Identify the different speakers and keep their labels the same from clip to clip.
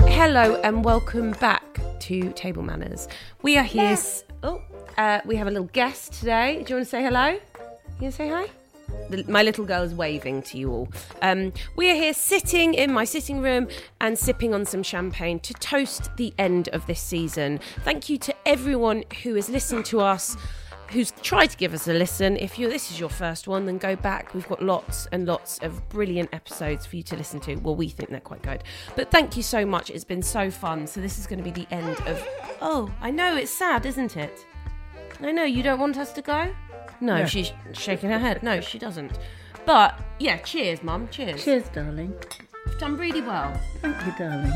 Speaker 1: Hello and welcome back to Table Manners. We are here. s- Oh, uh, we have a little guest today. Do you want to say hello? You want to say hi? The, my little girl is waving to you all. Um, we are here sitting in my sitting room and sipping on some champagne to toast the end of this season. Thank you to everyone who has listened to us. Who's tried to give us a listen? If you this is your first one, then go back. We've got lots and lots of brilliant episodes for you to listen to. Well, we think they're quite good. But thank you so much. It's been so fun. So this is going to be the end of. Oh, I know it's sad, isn't it? No, no, you don't want us to go? No, she's shaking her head. No, she doesn't. But yeah, cheers, Mum. Cheers.
Speaker 2: Cheers, darling.
Speaker 1: You've done really well.
Speaker 2: Thank you, darling.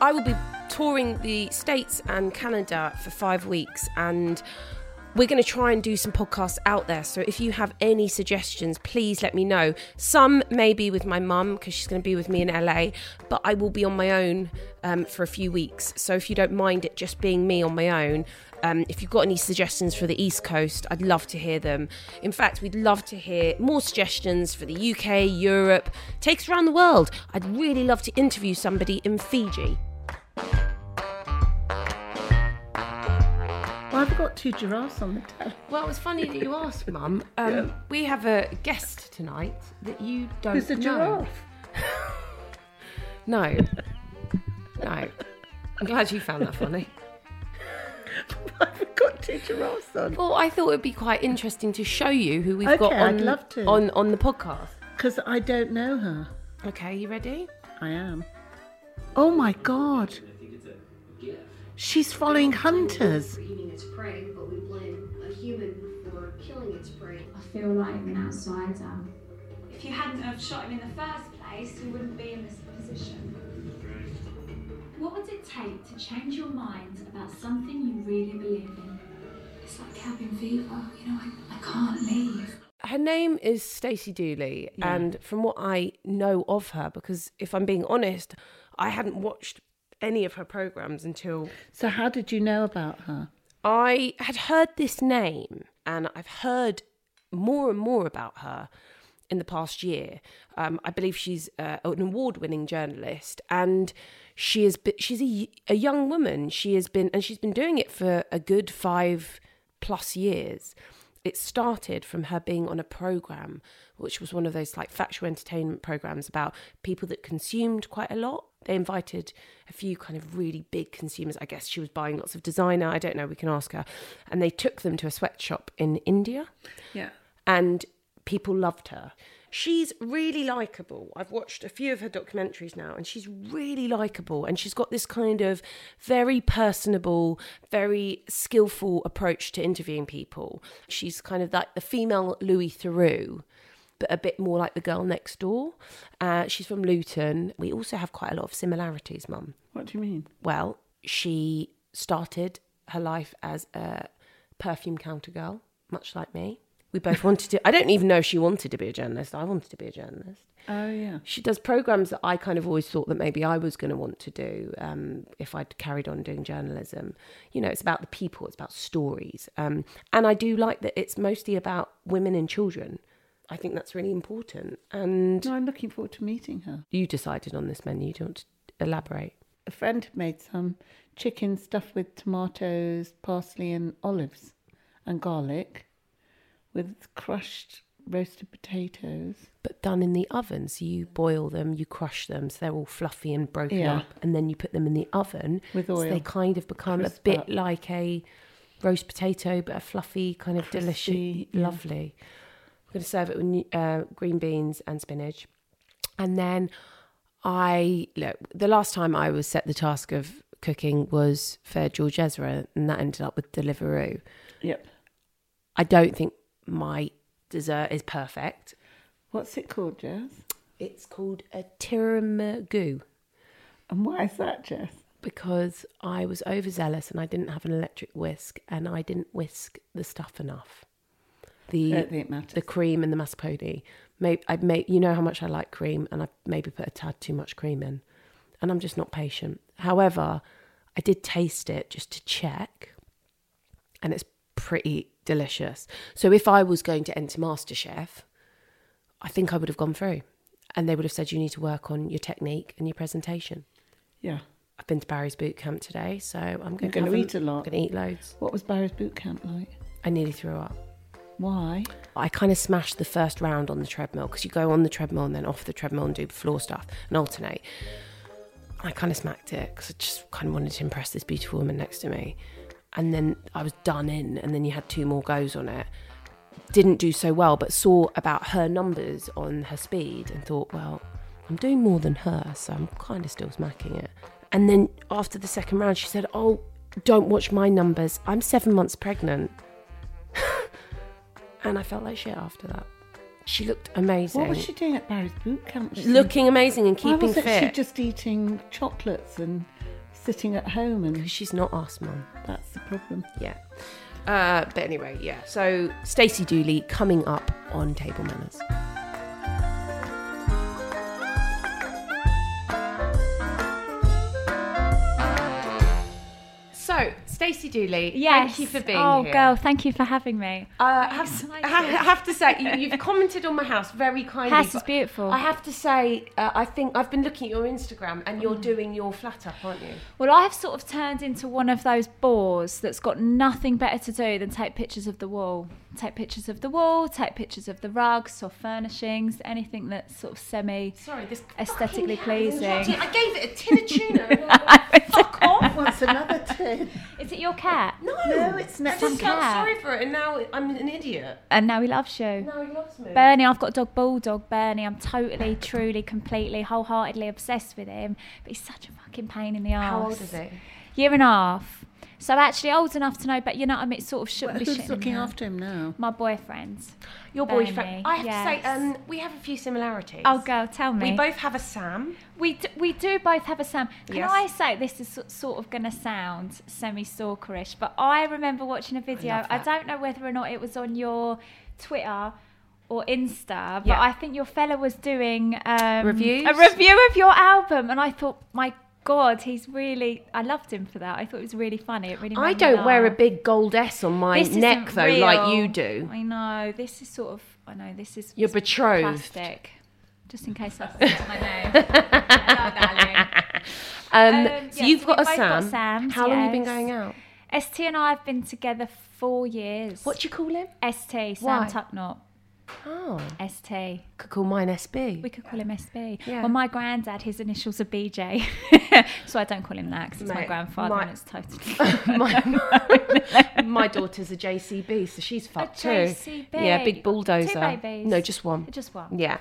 Speaker 1: I will be touring the States and Canada for five weeks and we're going to try and do some podcasts out there. So if you have any suggestions, please let me know. Some may be with my mum because she's going to be with me in LA, but I will be on my own um, for a few weeks. So if you don't mind it just being me on my own, um, if you've got any suggestions for the East Coast, I'd love to hear them. In fact, we'd love to hear more suggestions for the UK, Europe, takes around the world. I'd really love to interview somebody in Fiji.
Speaker 2: Well, I've got two giraffes on the table.
Speaker 1: Well, it's funny that you asked, Mum. Um, We have a guest tonight that you don't
Speaker 2: Who's the
Speaker 1: know.
Speaker 2: giraffe?
Speaker 1: No. No. I'm glad you found that funny.
Speaker 2: I've got two giraffes on.
Speaker 1: Well, I thought it would be quite interesting to show you who we've got
Speaker 2: Okay, I'd
Speaker 1: on,
Speaker 2: love to.
Speaker 1: on on the podcast.
Speaker 2: Because I don't know her.
Speaker 1: Okay, you ready?
Speaker 2: I am. Oh my god. She's following hunters.
Speaker 3: eating its prey, but we blame a human for killing its prey. I feel like an outsider. If you hadn't have shot him in the first place, we wouldn't be in this position. What would it take to change your mind about something you really believe in? It's like cabin fever, you know, I, I can't leave.
Speaker 1: Her name is Stacey Dooley, and from what I know of her, because if I'm being honest, I hadn't watched any of her programs until
Speaker 2: So how did you know about her?
Speaker 1: I had heard this name and I've heard more and more about her in the past year. Um, I believe she's uh, an award-winning journalist and she is b- she's a, y- a young woman. She has been and she's been doing it for a good 5 plus years. It started from her being on a program which was one of those like factual entertainment programs about people that consumed quite a lot they invited a few kind of really big consumers. I guess she was buying lots of designer. I don't know. We can ask her. And they took them to a sweatshop in India,
Speaker 2: Yeah.
Speaker 1: and people loved her. She's really likable. I've watched a few of her documentaries now, and she's really likable. And she's got this kind of very personable, very skillful approach to interviewing people. She's kind of like the female Louis Theroux but a bit more like the girl next door. Uh, she's from Luton. We also have quite a lot of similarities, Mum.
Speaker 2: What do you mean?
Speaker 1: Well, she started her life as a perfume counter girl, much like me. We both wanted to. I don't even know if she wanted to be a journalist. I wanted to be a journalist.
Speaker 2: Oh yeah.
Speaker 1: She does programs that I kind of always thought that maybe I was going to want to do um, if I'd carried on doing journalism. You know, it's about the people, it's about stories. Um, and I do like that it's mostly about women and children. I think that's really important. And
Speaker 2: No, I'm looking forward to meeting her.
Speaker 1: you decided on this menu. Do you want to elaborate?
Speaker 2: A friend made some chicken stuffed with tomatoes, parsley and olives.
Speaker 4: and garlic with crushed roasted potatoes.
Speaker 1: But done in the oven. So you boil them, you crush them, so they're all fluffy and broken
Speaker 4: Yeah.
Speaker 1: up, and then you put them in the oven.
Speaker 4: With
Speaker 1: So they
Speaker 4: oil.
Speaker 1: kind of become a
Speaker 4: Crisp
Speaker 1: bit
Speaker 4: up.
Speaker 1: like a roast potato, but a fluffy kind of delicious,
Speaker 4: Crispy, yeah.
Speaker 1: lovely. I'm going to serve it with uh, green beans and spinach, and then I look. The last time I was set the task of cooking was for George Ezra, and that ended up with Deliveroo.
Speaker 4: Yep.
Speaker 1: I don't think my dessert is perfect.
Speaker 4: What's it called, Jess?
Speaker 1: It's called a tiramisu
Speaker 4: And why is that, Jess?
Speaker 1: because I was overzealous and I didn't have an electric whisk and I didn't whisk the stuff enough. The
Speaker 4: Don't think it matters.
Speaker 1: the cream and the mascarpone. Maybe I made you know how much I like cream and I maybe put a tad too much cream in, and I'm just not patient. However, I did taste it just to check, and it's pretty delicious. So if I was going to enter MasterChef, I think I would have gone through, and they would have said you need to work on your technique and your presentation.
Speaker 4: Yeah.
Speaker 1: I've been to Barry's boot camp today, so I'm going
Speaker 4: You're gonna
Speaker 1: have
Speaker 4: eat a lot.
Speaker 1: I'm going to eat loads.
Speaker 4: What was Barry's boot camp like?
Speaker 1: I nearly threw up.
Speaker 4: Why?
Speaker 1: I kind of smashed the first round on the treadmill because you go on the treadmill and then off the treadmill and do floor stuff and alternate. I kind of smacked it because I just kind of wanted to impress this beautiful woman next to me. And then I was done in, and then you had two more goes on it. Didn't do so well, but saw about her numbers on her speed and thought, well, I'm doing more than her, so I'm kind of still smacking it. And then after the second round, she said, oh, don't watch my numbers. I'm seven months pregnant. and I felt like shit after that. She looked amazing.
Speaker 4: What was she doing at Barry's boot camp? She-
Speaker 1: looking amazing and keeping
Speaker 4: why wasn't
Speaker 1: fit?
Speaker 4: she just eating chocolates and sitting at home? And
Speaker 1: She's not us, mum.
Speaker 4: that's the problem.
Speaker 1: Yeah. Uh, but anyway, yeah. So Stacey Dooley coming up on Table Manners. So Stacey Dooley,
Speaker 5: Yes.
Speaker 1: thank you for being
Speaker 5: oh,
Speaker 1: here.
Speaker 5: girl, thank you for having me.
Speaker 1: Uh, I have, I ha- have to say, you, you've commented on my house very kindly.
Speaker 5: House
Speaker 1: but
Speaker 5: is beautiful.
Speaker 1: I have to say, uh, I think I've been looking at your Instagram and you're doing your flat up, aren't you?
Speaker 5: Well, I have sort of turned into one of those bores that's got nothing better to do than take pictures of the wall. Take pictures of the wall, take pictures of the rugs or furnishings, anything that's sort of semi
Speaker 1: Sorry, this
Speaker 5: aesthetically
Speaker 1: fucking
Speaker 5: pleasing.
Speaker 1: house is- I gave it a tin of tuna. and I-
Speaker 5: Fuck
Speaker 4: Oh, wants another tin.
Speaker 5: Is it your cat?
Speaker 1: No,
Speaker 4: No, it's
Speaker 1: I
Speaker 4: not.
Speaker 1: just felt
Speaker 5: cat.
Speaker 1: sorry for it, and now I'm an idiot.
Speaker 5: And now he loves you.
Speaker 1: Now he loves me.
Speaker 5: Bernie, I've got dog bulldog Bernie. I'm totally, truly, completely, wholeheartedly obsessed with him. But he's such a fucking pain in the arse.
Speaker 1: How old is he?
Speaker 5: Year and a half. So actually old enough to know, but you know what I mean? It sort of shook
Speaker 4: Well,
Speaker 5: me
Speaker 4: who's
Speaker 5: shit
Speaker 4: looking after him now?
Speaker 5: my boyfriend.
Speaker 1: Your
Speaker 5: Bernie,
Speaker 1: boyfriend. I have to
Speaker 5: yes.
Speaker 1: say, um, we have a few similarities.
Speaker 5: Oh, girl, tell me.
Speaker 1: We both have a Sam.
Speaker 5: we do, we do both have a Sam. Can
Speaker 1: Yes.
Speaker 5: I say this is so- sort of going to sound semi-stalkerish, but I remember watching a video. I, don't know whether or not it was on your Twitter or Insta, but
Speaker 1: Yeah.
Speaker 5: I think your fella was doing um,
Speaker 1: Reviews?
Speaker 5: a review of your album, and I thought, my God, he's really. I loved him for that. I thought it was really funny. It really.
Speaker 1: I
Speaker 5: made me
Speaker 1: don't wear a
Speaker 5: laugh.
Speaker 1: big gold S on my
Speaker 5: This
Speaker 1: neck
Speaker 5: isn't
Speaker 1: though, like you
Speaker 5: real.
Speaker 1: do.
Speaker 5: I know. This is sort of. I know. This is.
Speaker 1: You're betrothed.
Speaker 5: Plastic. Just in case that's not my name. Hello,
Speaker 1: Um,
Speaker 5: Um,
Speaker 1: so
Speaker 5: yes,
Speaker 1: you've
Speaker 5: we
Speaker 1: got a
Speaker 5: both
Speaker 1: Sam.
Speaker 5: got Sams,
Speaker 1: How long have you been
Speaker 5: yes.
Speaker 1: going out?
Speaker 5: darling. St and I have been together four years.
Speaker 1: What do you call him?
Speaker 5: St
Speaker 1: Why?
Speaker 5: Sam Tucknot.
Speaker 1: Oh,
Speaker 5: St.
Speaker 1: could call mine SB.
Speaker 5: We could call him SB.
Speaker 1: Yeah.
Speaker 5: Well, my granddad, his initials are BJ, so I don't call him that because it's my
Speaker 1: Mate,
Speaker 5: grandfather
Speaker 1: my-
Speaker 5: and it's totally.
Speaker 1: my, my daughter's a JCB, so she's fucked too.
Speaker 5: JCB.
Speaker 1: Yeah,
Speaker 5: You've
Speaker 1: big
Speaker 5: got
Speaker 1: bulldozer.
Speaker 5: two babies?
Speaker 1: No, just one.
Speaker 5: Just one.
Speaker 1: Yeah.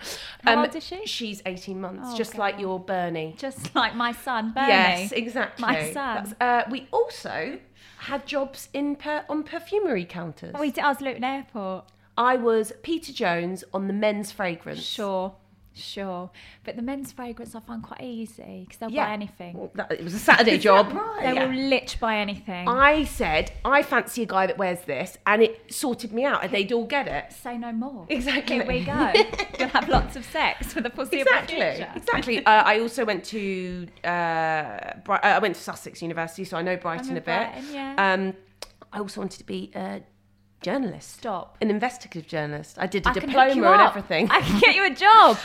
Speaker 1: Um,
Speaker 5: How old is she?
Speaker 1: She's 18 months,
Speaker 5: Oh,
Speaker 1: just like
Speaker 5: God.
Speaker 1: your Bernie.
Speaker 5: Just like my son, Bernie.
Speaker 1: Yes, exactly.
Speaker 5: My son.
Speaker 1: That's- uh, we also had jobs in per- on perfumery counters.
Speaker 5: We did, I was Luton Airport.
Speaker 1: I was Peter Jones on the men's fragrance.
Speaker 5: Sure, sure. But the men's fragrance I find quite easy because they'll
Speaker 1: Yeah.
Speaker 5: buy anything.
Speaker 1: Well, that, it was a Saturday job.
Speaker 5: They
Speaker 1: Yeah.
Speaker 5: will lich buy anything.
Speaker 1: I said, I fancy a guy that wears this, and it sorted me out, and they'd all get it.
Speaker 5: Say no more.
Speaker 1: Exactly.
Speaker 5: Here we go. You'll have lots of sex for the foreseeable
Speaker 1: Exactly.
Speaker 5: future.
Speaker 1: Exactly. Uh, I also went to uh, Bri- uh, I went to Sussex University, so I know Brighton
Speaker 5: in
Speaker 1: a bit.
Speaker 5: Brighton, yeah.
Speaker 1: Um, I also wanted to be a journalist.
Speaker 5: Stop.
Speaker 1: An investigative journalist. I did a
Speaker 5: I can
Speaker 1: diploma
Speaker 5: hook you
Speaker 1: and
Speaker 5: up.
Speaker 1: everything.
Speaker 5: I can get you a job.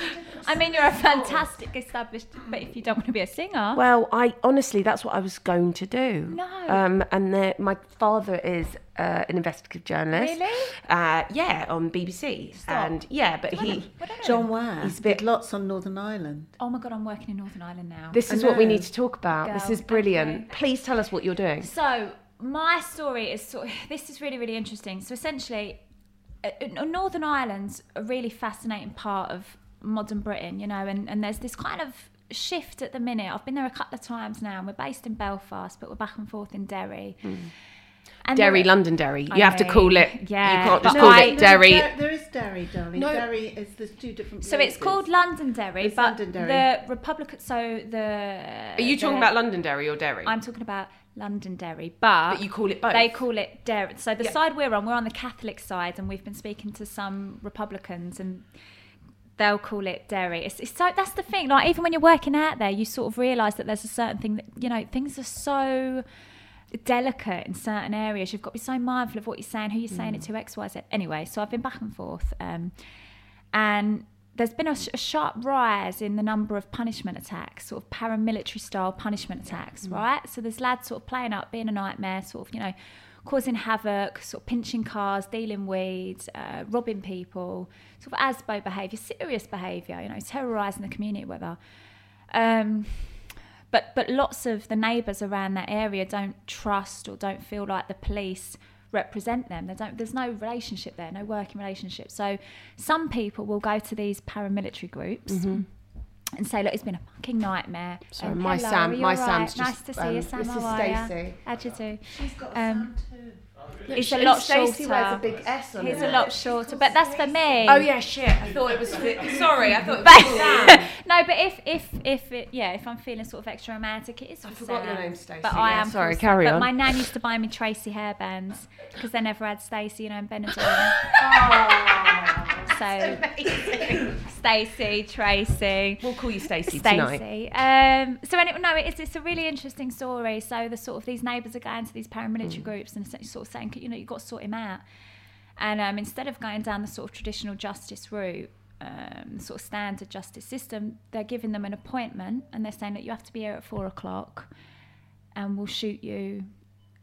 Speaker 5: I mean, you're a fantastic established, but if you don't want to be a singer,
Speaker 1: Well, I honestly, that's what I was going to do.
Speaker 5: No.
Speaker 1: Um, and the, my father is uh, an investigative journalist.
Speaker 5: Really?
Speaker 1: Uh, yeah, on BBC. And yeah, but
Speaker 5: I
Speaker 1: he.
Speaker 5: don't- I don't know.
Speaker 4: John Ware.
Speaker 1: He's
Speaker 4: He's
Speaker 1: a bit-
Speaker 4: bit lots on Northern Ireland.
Speaker 5: Oh my god, I'm working in Northern Ireland now.
Speaker 1: This is what we
Speaker 4: know.
Speaker 1: need to talk about. This
Speaker 5: Girl,
Speaker 1: is brilliant. Please tell us what you're doing.
Speaker 5: So my story is sort. Of, this is really really interesting. So essentially, uh, uh, Northern Ireland's a really fascinating part of modern Britain, you know, and, and there's this kind of shift at the minute. I've been there a couple of times now, and we're based in Belfast, but we're back and forth in Derry. And
Speaker 1: Hmm. Derry,
Speaker 5: there-
Speaker 1: Londonderry. You
Speaker 5: I
Speaker 1: have to
Speaker 5: mean,
Speaker 1: call it.
Speaker 5: yeah,
Speaker 1: You can't just
Speaker 5: but
Speaker 1: call
Speaker 5: I-
Speaker 1: it Derry.
Speaker 4: There, there is Derry, darling.
Speaker 1: No.
Speaker 4: Derry is there's two different.
Speaker 5: So it's
Speaker 4: places.
Speaker 5: called Londonderry,
Speaker 4: It's
Speaker 5: but
Speaker 4: Londonderry.
Speaker 5: the Republic. So the
Speaker 1: Are you talking
Speaker 5: the-
Speaker 1: about Londonderry or Derry?
Speaker 5: I'm talking about Londonderry, but
Speaker 1: But you call it both.
Speaker 5: They call it Derry. So the
Speaker 1: Yeah.
Speaker 5: side we're on, we're on the Catholic side, and we've been speaking to some Republicans, and they'll call it Derry. It's, it's so that's the thing. Like even when you're working out there, you sort of realise that there's a certain thing that you know things are so delicate in certain areas. You've got to be so mindful of what you're saying, who you're saying
Speaker 1: Mm.
Speaker 5: it to, X, Y, Z. Anyway, so I've been back and forth. Um, and there's been a, sh- a sharp rise in the number of punishment attacks, sort of paramilitary style punishment attacks, right? So there's lads sort of playing up, being a nightmare, sort of, you know, causing havoc, sort of pinching cars, dealing weeds, uh, robbing people, sort of ASBO behaviour, serious behaviour, you know, terrorising the community, whatever. Um, but but lots of the neighbours around that area don't trust or don't feel like the police represent them. They don't. There's no relationship there, no working relationship. So some people will go to these paramilitary groups.
Speaker 4: Mm-hmm.
Speaker 5: And say, look, it's been a fucking nightmare.
Speaker 1: Sorry,
Speaker 5: Um,
Speaker 1: my
Speaker 5: hello,
Speaker 1: Sam-
Speaker 5: are you
Speaker 1: my
Speaker 5: all right?
Speaker 1: Sam's
Speaker 5: Nice
Speaker 1: just,
Speaker 5: to see
Speaker 1: um,
Speaker 5: you, Sam.
Speaker 4: this
Speaker 5: how
Speaker 4: is
Speaker 5: are ya?
Speaker 4: Stacey.
Speaker 5: How'd you do?
Speaker 4: She's got a
Speaker 5: Um,
Speaker 4: sound too.
Speaker 5: it's a
Speaker 4: And
Speaker 5: lot
Speaker 4: Stacey wears a
Speaker 5: shorter.
Speaker 4: big S on
Speaker 5: He's
Speaker 4: her.
Speaker 5: a lot shorter, but that's for me.
Speaker 1: Oh yeah, shit. I thought it was. Sorry, I thought it was.
Speaker 5: no, but if if if it, yeah, if I'm feeling sort of extra romantic, it is. I
Speaker 1: forgot your name, Stacey.
Speaker 5: But
Speaker 1: Yeah,
Speaker 5: I am
Speaker 1: sorry,
Speaker 5: called-
Speaker 1: carry
Speaker 5: but
Speaker 1: on.
Speaker 5: My nan used to buy me Tracy hairbands because they never had Stacey, you know, and Benadryl.
Speaker 4: Oh.
Speaker 5: so Stacey, Tracy.
Speaker 1: We'll call you Stacey tonight.
Speaker 5: Stacey. Um, so anyway, no, it's it's a really interesting story. So the sort of these neighbours are going to these paramilitary
Speaker 1: Mm.
Speaker 5: groups and essentially sort of saying, you know, you've got to sort him out. And um, instead of going down the sort of traditional justice route, um, sort of standard justice system, they're giving them an appointment and they're saying that you have to be here at four o'clock, and we'll shoot you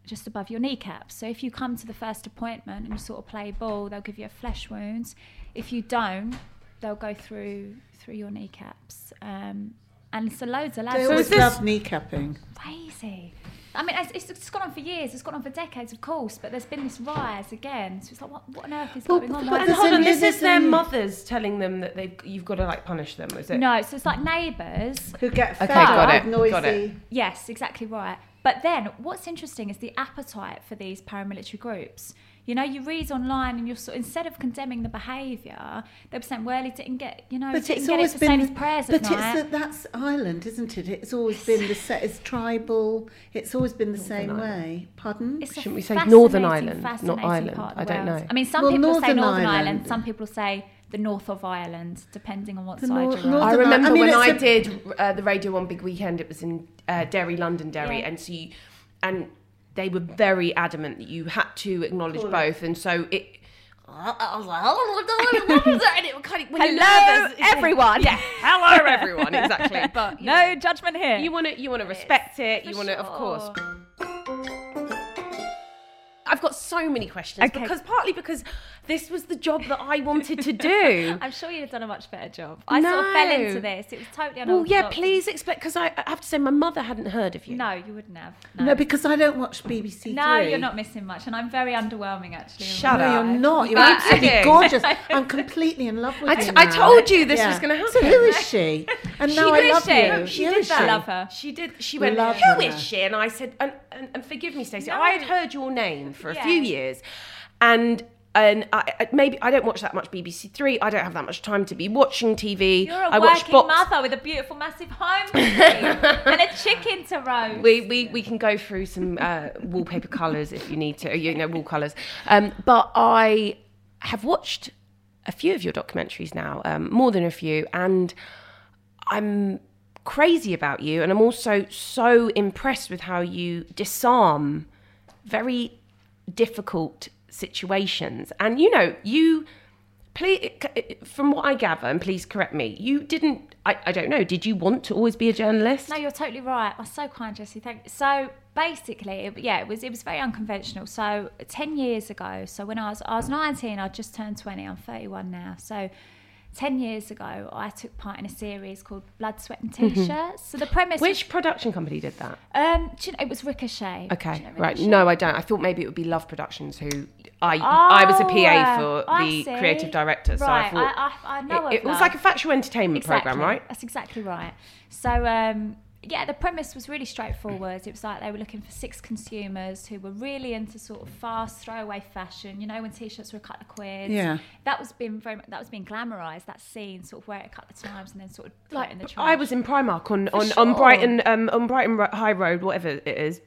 Speaker 5: just above your kneecap. So if you come to the first appointment and you sort of play ball, they'll give you a flesh wound. If you don't, they'll go through through your kneecaps. Um, and so loads of
Speaker 4: They
Speaker 5: lads.
Speaker 4: always
Speaker 1: is this-
Speaker 4: love kneecapping.
Speaker 5: crazy. I mean, it's, it's- it's gone on for years. It's gone on for decades, of course. But there's been this rise again. So it's like, what, what on earth is going on? Why
Speaker 1: But
Speaker 5: is-
Speaker 4: there's
Speaker 1: hold
Speaker 4: a
Speaker 1: on,
Speaker 4: new-
Speaker 1: this is
Speaker 4: there's
Speaker 1: their
Speaker 4: a new-
Speaker 1: mothers telling them that they've you've got to like punish them, is it?
Speaker 5: no, so it's like neighbours.
Speaker 4: Who get fed
Speaker 1: got
Speaker 4: up,
Speaker 1: it,
Speaker 4: noisy.
Speaker 1: got it.
Speaker 5: Yes, exactly right. But then what's interesting is the appetite for these paramilitary groups. You know, you read online and you're sort instead of condemning the behaviour, they're saying, well, he didn't get, you know, he
Speaker 4: But
Speaker 5: didn't
Speaker 4: it's
Speaker 5: get it
Speaker 4: always
Speaker 5: to say
Speaker 4: been.
Speaker 5: his prayers
Speaker 4: but
Speaker 5: at night.
Speaker 4: it's the, that's Ireland, isn't it? It's always been the set. It's tribal. It's always been the same way. Pardon?
Speaker 5: It's a
Speaker 1: Shouldn't we say
Speaker 5: fascinating,
Speaker 1: Northern Ireland, not
Speaker 5: fascinating
Speaker 1: Ireland?
Speaker 5: part of the
Speaker 1: I don't
Speaker 5: world.
Speaker 1: know.
Speaker 5: I mean, some
Speaker 4: Well,
Speaker 5: people say
Speaker 4: Northern
Speaker 5: Northern Ireland.
Speaker 4: Ireland.
Speaker 5: some people say the north of Ireland, depending on what
Speaker 4: The
Speaker 5: side
Speaker 4: nor-
Speaker 5: you're on.
Speaker 4: north-
Speaker 1: I
Speaker 4: I
Speaker 1: remember
Speaker 4: mean,
Speaker 1: when
Speaker 4: it's
Speaker 1: I
Speaker 4: a-
Speaker 1: did uh, the Radio One Big Weekend. It was in uh, Derry, Londonderry,
Speaker 5: Yeah.
Speaker 1: and so you, and they were very adamant that you had to acknowledge both, and so it. I was like, and it kind of, when you
Speaker 5: Hello,
Speaker 1: learn there's-
Speaker 5: everyone.
Speaker 1: Yeah, hello everyone, exactly. But you
Speaker 5: no judgment here.
Speaker 1: You want to you want to respect it. You
Speaker 5: for
Speaker 1: want to, of
Speaker 5: sure.
Speaker 1: course. I've got so many questions
Speaker 5: Okay.
Speaker 1: because partly because this was the job that I wanted to do.
Speaker 5: I'm sure you'd have done a much better job. I sort of fell
Speaker 1: No.
Speaker 5: into this. It was totally
Speaker 1: well,
Speaker 5: unorthodox.
Speaker 1: yeah, please explain because I, I have to say my mother hadn't heard of you.
Speaker 5: No, you wouldn't have.
Speaker 4: no, because I don't watch BBC.
Speaker 5: No,
Speaker 4: Three.
Speaker 5: you're not missing much, and I'm very underwhelming actually.
Speaker 1: Shut
Speaker 4: No,
Speaker 1: up.
Speaker 4: you're not. You're
Speaker 1: You're
Speaker 4: absolutely
Speaker 1: kidding.
Speaker 4: gorgeous. I'm completely in love with
Speaker 1: I
Speaker 4: you.
Speaker 1: t- I
Speaker 4: now.
Speaker 1: told you this was gonna happen.
Speaker 4: So who is she? And now I
Speaker 5: who is
Speaker 4: love
Speaker 5: she?
Speaker 4: you.
Speaker 1: She
Speaker 4: Who
Speaker 1: did
Speaker 4: is
Speaker 1: that.
Speaker 5: Love her.
Speaker 1: She did. She
Speaker 4: We
Speaker 1: went.
Speaker 4: love
Speaker 1: Who
Speaker 4: her.
Speaker 1: is she? And I said, and, and, and forgive me, Stacey.
Speaker 5: No.
Speaker 1: I had heard your name for a
Speaker 5: Yeah.
Speaker 1: few years, and and I, I- maybe I don't watch that much BBC Three. I don't have that much time to be watching TV.
Speaker 5: You're a
Speaker 1: I watch
Speaker 5: working
Speaker 1: box.
Speaker 5: mother with a beautiful, massive home and a chicken to roast.
Speaker 1: We, we, we can go through some uh, wallpaper colours if you need to, you know, wall colours. Um, but I have watched a few of your documentaries now, um, more than a few, and I'm crazy about you. And I'm also so impressed with how you disarm very difficult situations. And you know, you please, from what I gather, and please correct me, you didn't. I, I don't know. Did you want to always be a journalist?
Speaker 5: No, you're totally right. That's so kind, Jesse. Thank you. So basically, it, yeah, it was it was very unconventional. So ten years ago, so when I was I was 19, I just turned 20. I'm 31 now. So. 10 years ago, I took part in a series called Blood, Sweat and T-Shirts. So the premise was-
Speaker 1: Mm-hmm. Which production company did that?
Speaker 5: um, do you know, it was Ricochet. Do
Speaker 1: Okay,
Speaker 5: you know
Speaker 1: right.
Speaker 5: Ricochet?
Speaker 1: No, I don't. I thought maybe it would be Love Productions, who I I was a PA
Speaker 5: Oh,
Speaker 1: for
Speaker 5: I
Speaker 1: the
Speaker 5: see.
Speaker 1: creative director. So I
Speaker 5: Right,
Speaker 1: thought
Speaker 5: I- I- I know
Speaker 1: it,
Speaker 5: of
Speaker 1: it was
Speaker 5: Love.
Speaker 1: like a factual entertainment program, right?
Speaker 5: That's exactly right. So, um, yeah, the premise was really straightforward. It was like they were looking for six consumers who were really into sort of fast throwaway fashion. You know, when t-shirts were cut the quids.
Speaker 4: Yeah.
Speaker 5: that was being very mu- that was being glamorized. That scene, sort of wear it, cut the times, and then sort of like in the trash.
Speaker 1: I was in Primark on on,
Speaker 5: sure.
Speaker 1: on Brighton um, on Brighton Ro- High Road, whatever it is.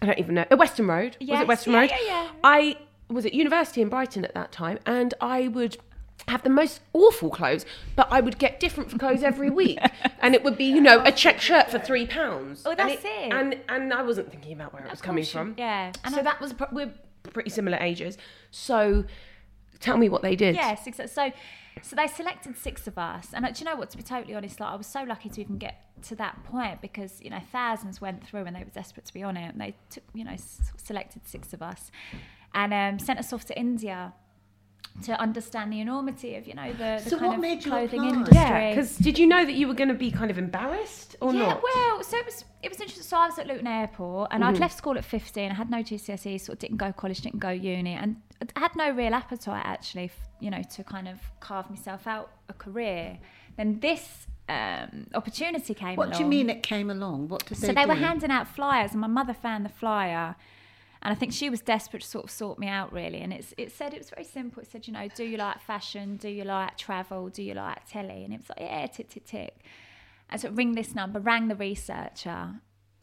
Speaker 1: I don't even know. Uh, Western Road. was
Speaker 5: Yes,
Speaker 1: it Western
Speaker 5: yeah,
Speaker 1: Road?
Speaker 5: yeah, yeah.
Speaker 1: I was at university in Brighton at that time, and I would have the most awful clothes, but I would get different clothes every week, and it would be you know a check shirt for three pounds.
Speaker 5: Oh, that's
Speaker 1: and
Speaker 5: it.
Speaker 1: And and I wasn't thinking about where it was coming
Speaker 5: course you-
Speaker 1: from.
Speaker 5: yeah. And
Speaker 1: so
Speaker 5: I-
Speaker 1: that was pro- we're pretty similar ages. So tell me what they did.
Speaker 5: Yes, exactly. So, so they selected six of us, and uh, do you know what? To be totally honest, like I was so lucky to even get to that point because you know thousands went through and they were desperate to be on it, and they took you know s- selected six of us, and um, sent us off to India to understand the enormity of you know the, the
Speaker 4: So
Speaker 5: kind
Speaker 4: what
Speaker 5: of
Speaker 4: made you
Speaker 5: clothing
Speaker 4: apply?
Speaker 5: industry.
Speaker 1: Yeah, because did you know that you were going to be kind of embarrassed or
Speaker 5: yeah,
Speaker 1: not?
Speaker 5: well, so it was it was interesting. So I was at Luton Airport, and
Speaker 4: Mm-hmm.
Speaker 5: I'd left school at fifteen. I had no GCSE, E, sort of didn't go college, didn't go uni, and I had no real appetite actually, f- you know, to kind of carve myself out a career. Then this um, opportunity came.
Speaker 4: What do you
Speaker 5: along.
Speaker 4: mean it came along? What did they
Speaker 5: So they were
Speaker 4: do?
Speaker 5: handing out flyers, and my mother found the flyer, and I think she was desperate to sort of sort me out, really. And it's it said it was very simple. It said, you know, do you like fashion? Do you like travel? Do you like telly? And it was like, yeah, tick tick tick. And so ring this number, rang the researcher.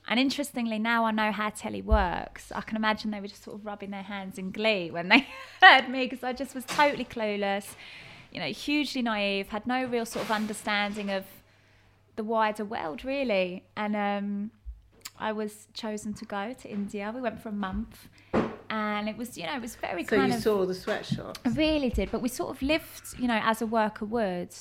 Speaker 5: And interestingly, now I know how telly works. I can imagine they were just sort of rubbing their hands in glee when they heard me because I just was totally clueless, you know, hugely naive, had no real sort of understanding of the wider world really and um I was chosen to go to India we went for a month and it was you know it was very
Speaker 4: So
Speaker 5: kind
Speaker 4: you
Speaker 5: of
Speaker 4: saw the sweatshop.
Speaker 5: I really did but we sort of lived you know as a worker would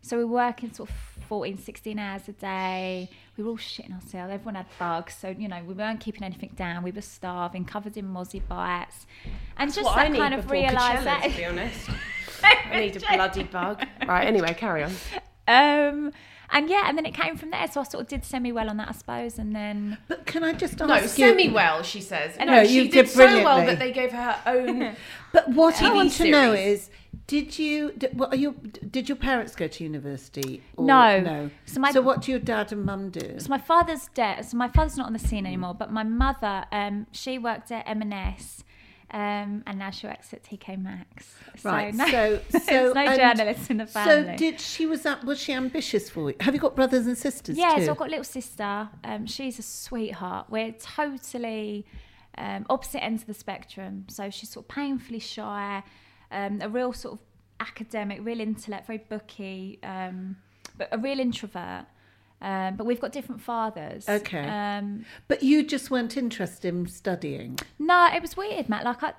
Speaker 5: so we were working sort of 14 16 hours a day we were all shitting ourselves everyone had bugs so you know we weren't keeping anything down we were starving covered in mozzie bites and just
Speaker 1: what
Speaker 5: that
Speaker 1: I need
Speaker 5: kind of
Speaker 1: before
Speaker 5: realisation.
Speaker 1: Coachella, to be honest. I need a bloody bug. Right. Anyway, carry on.
Speaker 5: um and yeah and then it came from there so I sort of did semi well on that I suppose and then
Speaker 4: But can I just ask
Speaker 1: No,
Speaker 4: you?
Speaker 1: semi well. She says. No,
Speaker 4: No, you
Speaker 1: she
Speaker 4: did
Speaker 1: did so well
Speaker 4: brilliantly.
Speaker 1: that they gave her her own.
Speaker 4: But what I
Speaker 1: TV
Speaker 4: want to know
Speaker 1: series.
Speaker 4: is, did you? Did, what are your? Did your parents go to university? Or
Speaker 5: No.
Speaker 4: No. So,
Speaker 5: So my-
Speaker 4: what do your dad and mum do?
Speaker 5: So my father's dead. So my father's not on the
Speaker 4: Mm.
Speaker 5: scene anymore. But my mother, um, she worked at M&S, um, and now she works at TK Maxx. So
Speaker 4: Right.
Speaker 5: no-
Speaker 4: So, so,
Speaker 5: there's no
Speaker 4: and-
Speaker 5: journalists in the family.
Speaker 4: So did she was that? Was she ambitious for you? Have you got brothers and sisters?
Speaker 5: yeah,
Speaker 4: too?
Speaker 5: so I've got a little sister. Um, she's a sweetheart. We're totally um, opposite ends of the spectrum. So she's sort of painfully shy, um, a real sort of academic, real intellect, very booky, um, but a real introvert. Um, but we've got different fathers.
Speaker 4: Okay.
Speaker 5: Um,
Speaker 4: But you just weren't interested in studying.
Speaker 5: No, it was weird, Matt. Like I,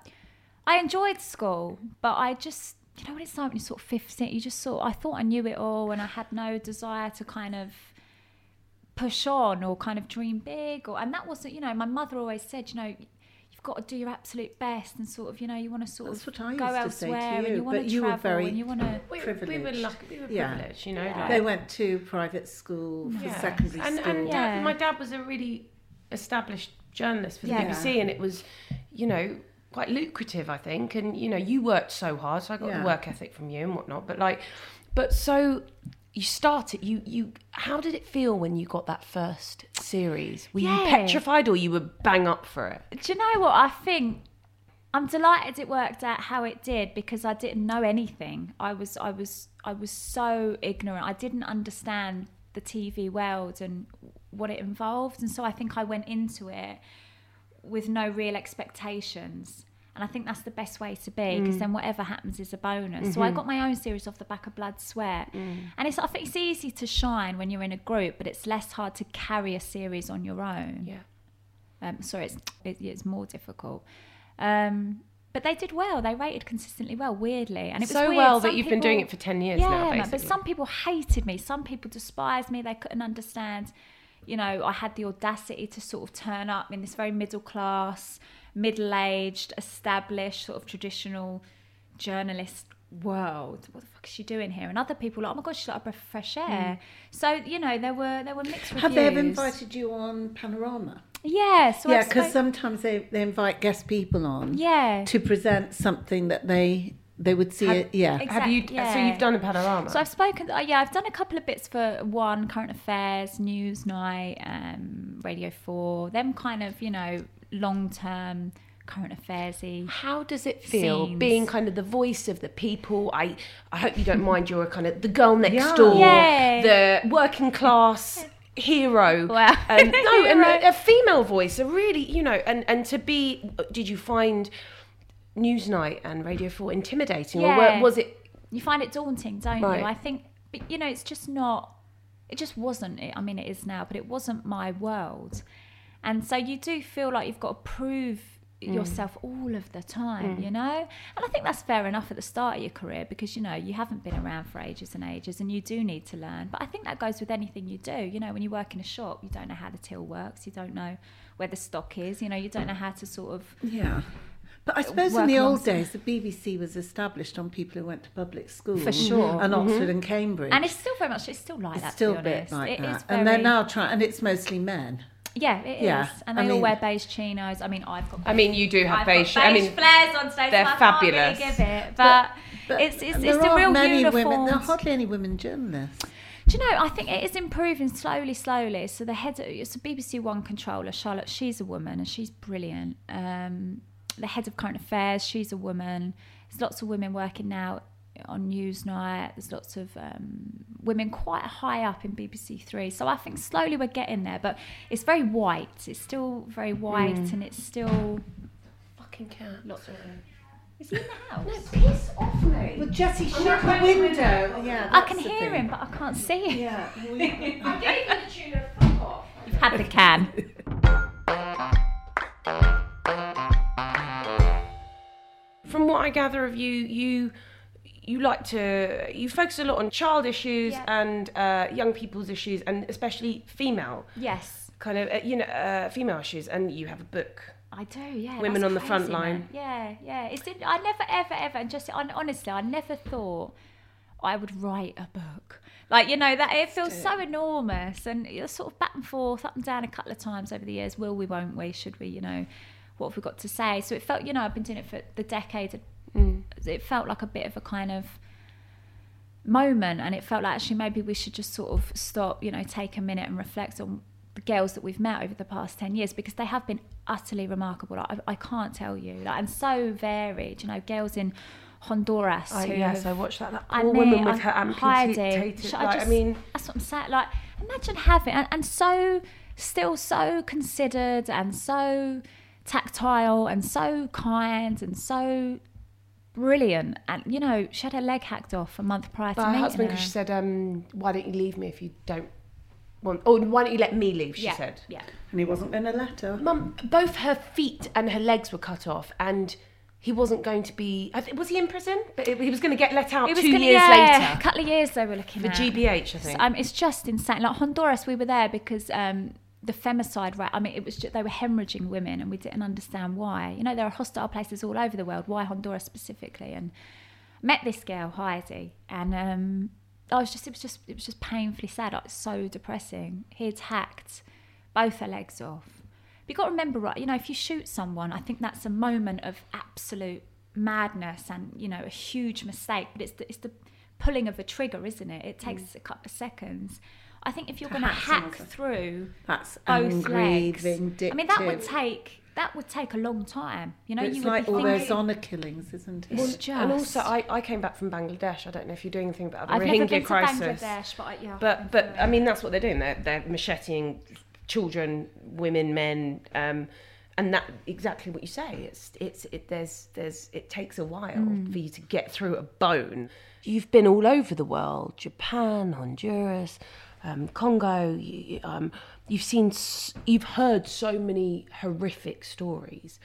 Speaker 5: I enjoyed school, but I just, you know, what it's like when you're sort of 15, you just sort. I thought I knew it all, and I had no desire to kind of push on or kind of dream big, or and that wasn't, you know, my mother always said, you know. You've got to do your absolute best, and sort of, you know, you want to sort
Speaker 4: That's
Speaker 5: of
Speaker 4: what I
Speaker 5: go
Speaker 4: used to say to
Speaker 5: elsewhere,
Speaker 4: you,
Speaker 5: and you want
Speaker 4: but
Speaker 5: to
Speaker 4: you were
Speaker 5: travel,
Speaker 4: very-
Speaker 5: and you want to.
Speaker 1: We, we were
Speaker 4: Privileged.
Speaker 1: lucky. We were
Speaker 4: Yeah.
Speaker 1: privileged. You know.
Speaker 4: They
Speaker 1: Like,
Speaker 4: went to private school for
Speaker 1: yeah.
Speaker 4: secondary
Speaker 1: and,
Speaker 4: school.
Speaker 1: And
Speaker 5: Yeah.
Speaker 1: dad, my dad was a really established journalist for the
Speaker 5: Yeah.
Speaker 1: BBC, and it was, you know, quite lucrative. I think, and you know, you worked so hard, so I got
Speaker 4: Yeah.
Speaker 1: the work ethic from you and whatnot. But like, but so. You started. You you. How did it feel when you got that first series? Were you
Speaker 5: Yeah.
Speaker 1: petrified, or you were bang up for it?
Speaker 5: Do you know what? I think I'm delighted it worked out how it did because I didn't know anything. I was I was I was so ignorant. I didn't understand the TV world and what it involved, and so I think I went into it with no real expectations. And I think that's the best way to be because then whatever happens is a bonus. So I got my own series off the back of Blood Sweat, and it's I think it's easy to shine when you're in a group, but it's less hard to carry a series on your own
Speaker 1: Yeah.
Speaker 5: um, sorry, it's it, it's more difficult. Um, But they did well. They rated consistently well, weirdly, and it was
Speaker 1: so
Speaker 5: weird.
Speaker 1: well
Speaker 5: Some
Speaker 1: that you've been doing it
Speaker 5: people-
Speaker 1: for 10 years
Speaker 5: yeah,
Speaker 1: now,
Speaker 5: man,
Speaker 1: basically.
Speaker 5: but some people hated me. Some people despised me. They couldn't understand. You know, I had the audacity to sort of turn up in this very middle class, middle aged, established, sort of traditional journalist world. What the fuck is she doing here? And other people like, oh my god, she's like a breath of fresh
Speaker 1: Mm.
Speaker 5: air. So you know, there were there were mixed reviews.
Speaker 4: Have they ever invited you on Panorama?
Speaker 5: Yeah, so I
Speaker 4: yeah, because
Speaker 5: spoke-
Speaker 4: sometimes they, they invite guest people on
Speaker 5: yeah.
Speaker 4: to present something that they they would see
Speaker 1: Have-
Speaker 4: it. Yeah,
Speaker 5: ex-
Speaker 1: Have you?
Speaker 5: Exact- yeah.
Speaker 1: So you've done a panorama.
Speaker 5: So I've spoken. Uh, yeah, I've done a couple of bits for one current affairs, Newsnight, um, Radio Four. Them kind of you know long term current affairsy.
Speaker 1: How does it feel
Speaker 5: Scenes.
Speaker 1: being kind of the voice of the people? I I hope you don't mind. You're a kind of the girl next door,
Speaker 5: Yay.
Speaker 1: the working class hero.
Speaker 5: Wow.
Speaker 1: Um, no, and
Speaker 5: Hero.
Speaker 1: a, a female voice. A really, you know, and and to be. Did you find Newsnight and Radio Four intimidating, or
Speaker 5: Yeah.
Speaker 1: were- was it?
Speaker 5: You find it daunting, don't
Speaker 1: Right.
Speaker 5: you? I think, but you know, it's just not. It just wasn't. It. I mean, it is now, but it wasn't my world, and so you do feel like you've got to prove
Speaker 4: Mm.
Speaker 5: yourself all of the time, you know. And I think that's fair enough at the start of your career because you know you haven't been around for ages and ages, and you do need to learn. But I think that goes with anything you do. You know, when you work in a shop, you don't know how the till works, you don't know where the stock is, you know, you
Speaker 4: Mm.
Speaker 5: don't know how to sort of
Speaker 4: yeah. But I suppose in
Speaker 5: work
Speaker 4: the old
Speaker 5: alongside-
Speaker 4: days, the BBC was established on people who went to public school
Speaker 5: For sure. Mm-hmm.
Speaker 4: and Oxford and Cambridge,
Speaker 5: And it's still very much, it's still like
Speaker 4: It's
Speaker 5: that.
Speaker 4: still
Speaker 5: to
Speaker 4: a
Speaker 5: be
Speaker 4: bit
Speaker 5: honest.
Speaker 4: like
Speaker 5: It
Speaker 4: that.
Speaker 5: is
Speaker 4: And they're
Speaker 5: very-
Speaker 4: now trying, and it's mostly men.
Speaker 5: Yeah, it is.
Speaker 4: Yeah,
Speaker 5: And
Speaker 4: I
Speaker 5: they all
Speaker 4: mean-
Speaker 5: wear beige chinos. I mean, I've got.
Speaker 1: I mean, you do have
Speaker 5: I've
Speaker 1: beige.
Speaker 5: Got
Speaker 1: I
Speaker 5: beige
Speaker 1: mean,
Speaker 5: flares on stage.
Speaker 1: they're
Speaker 5: so I
Speaker 1: fabulous.
Speaker 5: Can't really give it, but,
Speaker 4: But
Speaker 5: it's it's,
Speaker 4: there
Speaker 5: it's the
Speaker 4: aren't
Speaker 5: real
Speaker 4: many
Speaker 5: uniforms.
Speaker 4: women. There are hardly any women journalists.
Speaker 5: Do you know? I think it is improving slowly, slowly. So the head, it's a BBC One controller, Charlotte. She's a woman, and she's brilliant. Um, the head of current affairs, she's a woman. There's lots of women working now on Newsnight. There's lots of um, women quite high up in BBC Three. So I think slowly we're getting there, but it's very white. It's still very white,
Speaker 4: Mm.
Speaker 5: and it's still
Speaker 1: fucking cat.
Speaker 5: lots of. Is he in the house?
Speaker 2: Piss off me.
Speaker 4: Well, Jessie, shut the window. Yeah,
Speaker 5: I can hear him, but I can't see him.
Speaker 4: Yeah,
Speaker 2: I gave you the tune of fuck off.
Speaker 5: You've had the can.
Speaker 1: From what I gather of you, you you like to you focus a lot on child issues
Speaker 5: Yeah.
Speaker 1: and uh, young people's issues, and especially female
Speaker 5: Yes.
Speaker 1: kind of uh, you know uh, female issues. And you have a book.
Speaker 5: I do, yeah.
Speaker 1: Women
Speaker 5: that's
Speaker 1: on the front
Speaker 5: crazy, man.
Speaker 1: line.
Speaker 5: Yeah, yeah. It's in, I never, ever, ever, and just hon- honestly, I never thought I would write a book. Like you know that it feels so enormous, and you're sort of back and forth, up and down a couple of times over the years. Will we? Won't we? Should we? You know, what have we got to say? So it felt, you know, I've been doing it for the decade.
Speaker 1: Mm.
Speaker 5: It felt like a bit of a kind of moment and it felt like actually maybe we should just sort of stop you know take a minute and reflect on the girls that we've met over the past 10 years because they have been utterly remarkable like, I, I can't tell you like, and so varied you know girls in honduras who have,
Speaker 1: watched that. That
Speaker 5: I mean, I- Heidi, should I
Speaker 1: Like, I
Speaker 5: just-
Speaker 1: mean,
Speaker 5: that's what I'm saying. Like, imagine having and, and so still so considered and so tactile and so kind and so brilliant. And you know, she had her leg hacked off a month prior to
Speaker 1: my
Speaker 5: meeting
Speaker 1: husband,
Speaker 5: her.
Speaker 1: because she said, um, "Why don't you leave me if you don't want? Oh, why don't you let me leave?" She
Speaker 5: yeah,
Speaker 1: said.
Speaker 5: yeah.
Speaker 4: and he wasn't going to let her.
Speaker 1: Mum, both her feet and her legs were cut off, and he wasn't going to be. I thi- was he in prison? But he was going to get let out
Speaker 5: It was
Speaker 1: two
Speaker 5: gonna-
Speaker 1: years
Speaker 5: yeah, A
Speaker 1: later
Speaker 5: couple of years they were looking
Speaker 1: for
Speaker 5: at.
Speaker 1: GBH, I think.
Speaker 5: Um, it's just insane. Like Honduras, we were there because um, the femicide rate. I mean, it was just, they were hemorrhaging women, and we didn't understand why. You know, there are hostile places all over the world. Why Honduras specifically? And met this girl Heidi, and um, I was just it was just it was just painfully sad. Like, so depressing. He'd hacked both her legs off. But you got to remember, right? You know, if you shoot someone, I think that's a moment of absolute madness and you know a huge mistake. But it's the, it's the pulling of the trigger, isn't it?
Speaker 1: Hmm.
Speaker 5: It takes a couple of seconds. I think if you're going to hack through
Speaker 4: That's
Speaker 5: both
Speaker 4: angry,
Speaker 5: legs, I mean that would
Speaker 4: vindictive.
Speaker 5: take that would take a long time. You know,
Speaker 4: It's
Speaker 5: you
Speaker 4: like
Speaker 5: would
Speaker 4: all
Speaker 5: be
Speaker 4: those
Speaker 5: thinking,
Speaker 4: honour killings, isn't it?
Speaker 5: Well,
Speaker 4: Well,
Speaker 5: just-
Speaker 1: and also, I, I came back from Bangladesh. I don't know if you're doing anything about the
Speaker 5: I've
Speaker 1: Rohingya
Speaker 5: never been to
Speaker 1: crisis.
Speaker 5: Bangladesh, but I, yeah, I've
Speaker 1: But
Speaker 5: been
Speaker 1: but I mean that's what they're doing. They're they're macheting children, women, men, um, and that exactly what you say. It's it's it, there's there's it takes a while
Speaker 5: Hmm.
Speaker 1: for you to get through a bone. You've been all over the world: Japan, Honduras, um, Congo. You, you- um, you've seen s- you've heard so many horrific stories.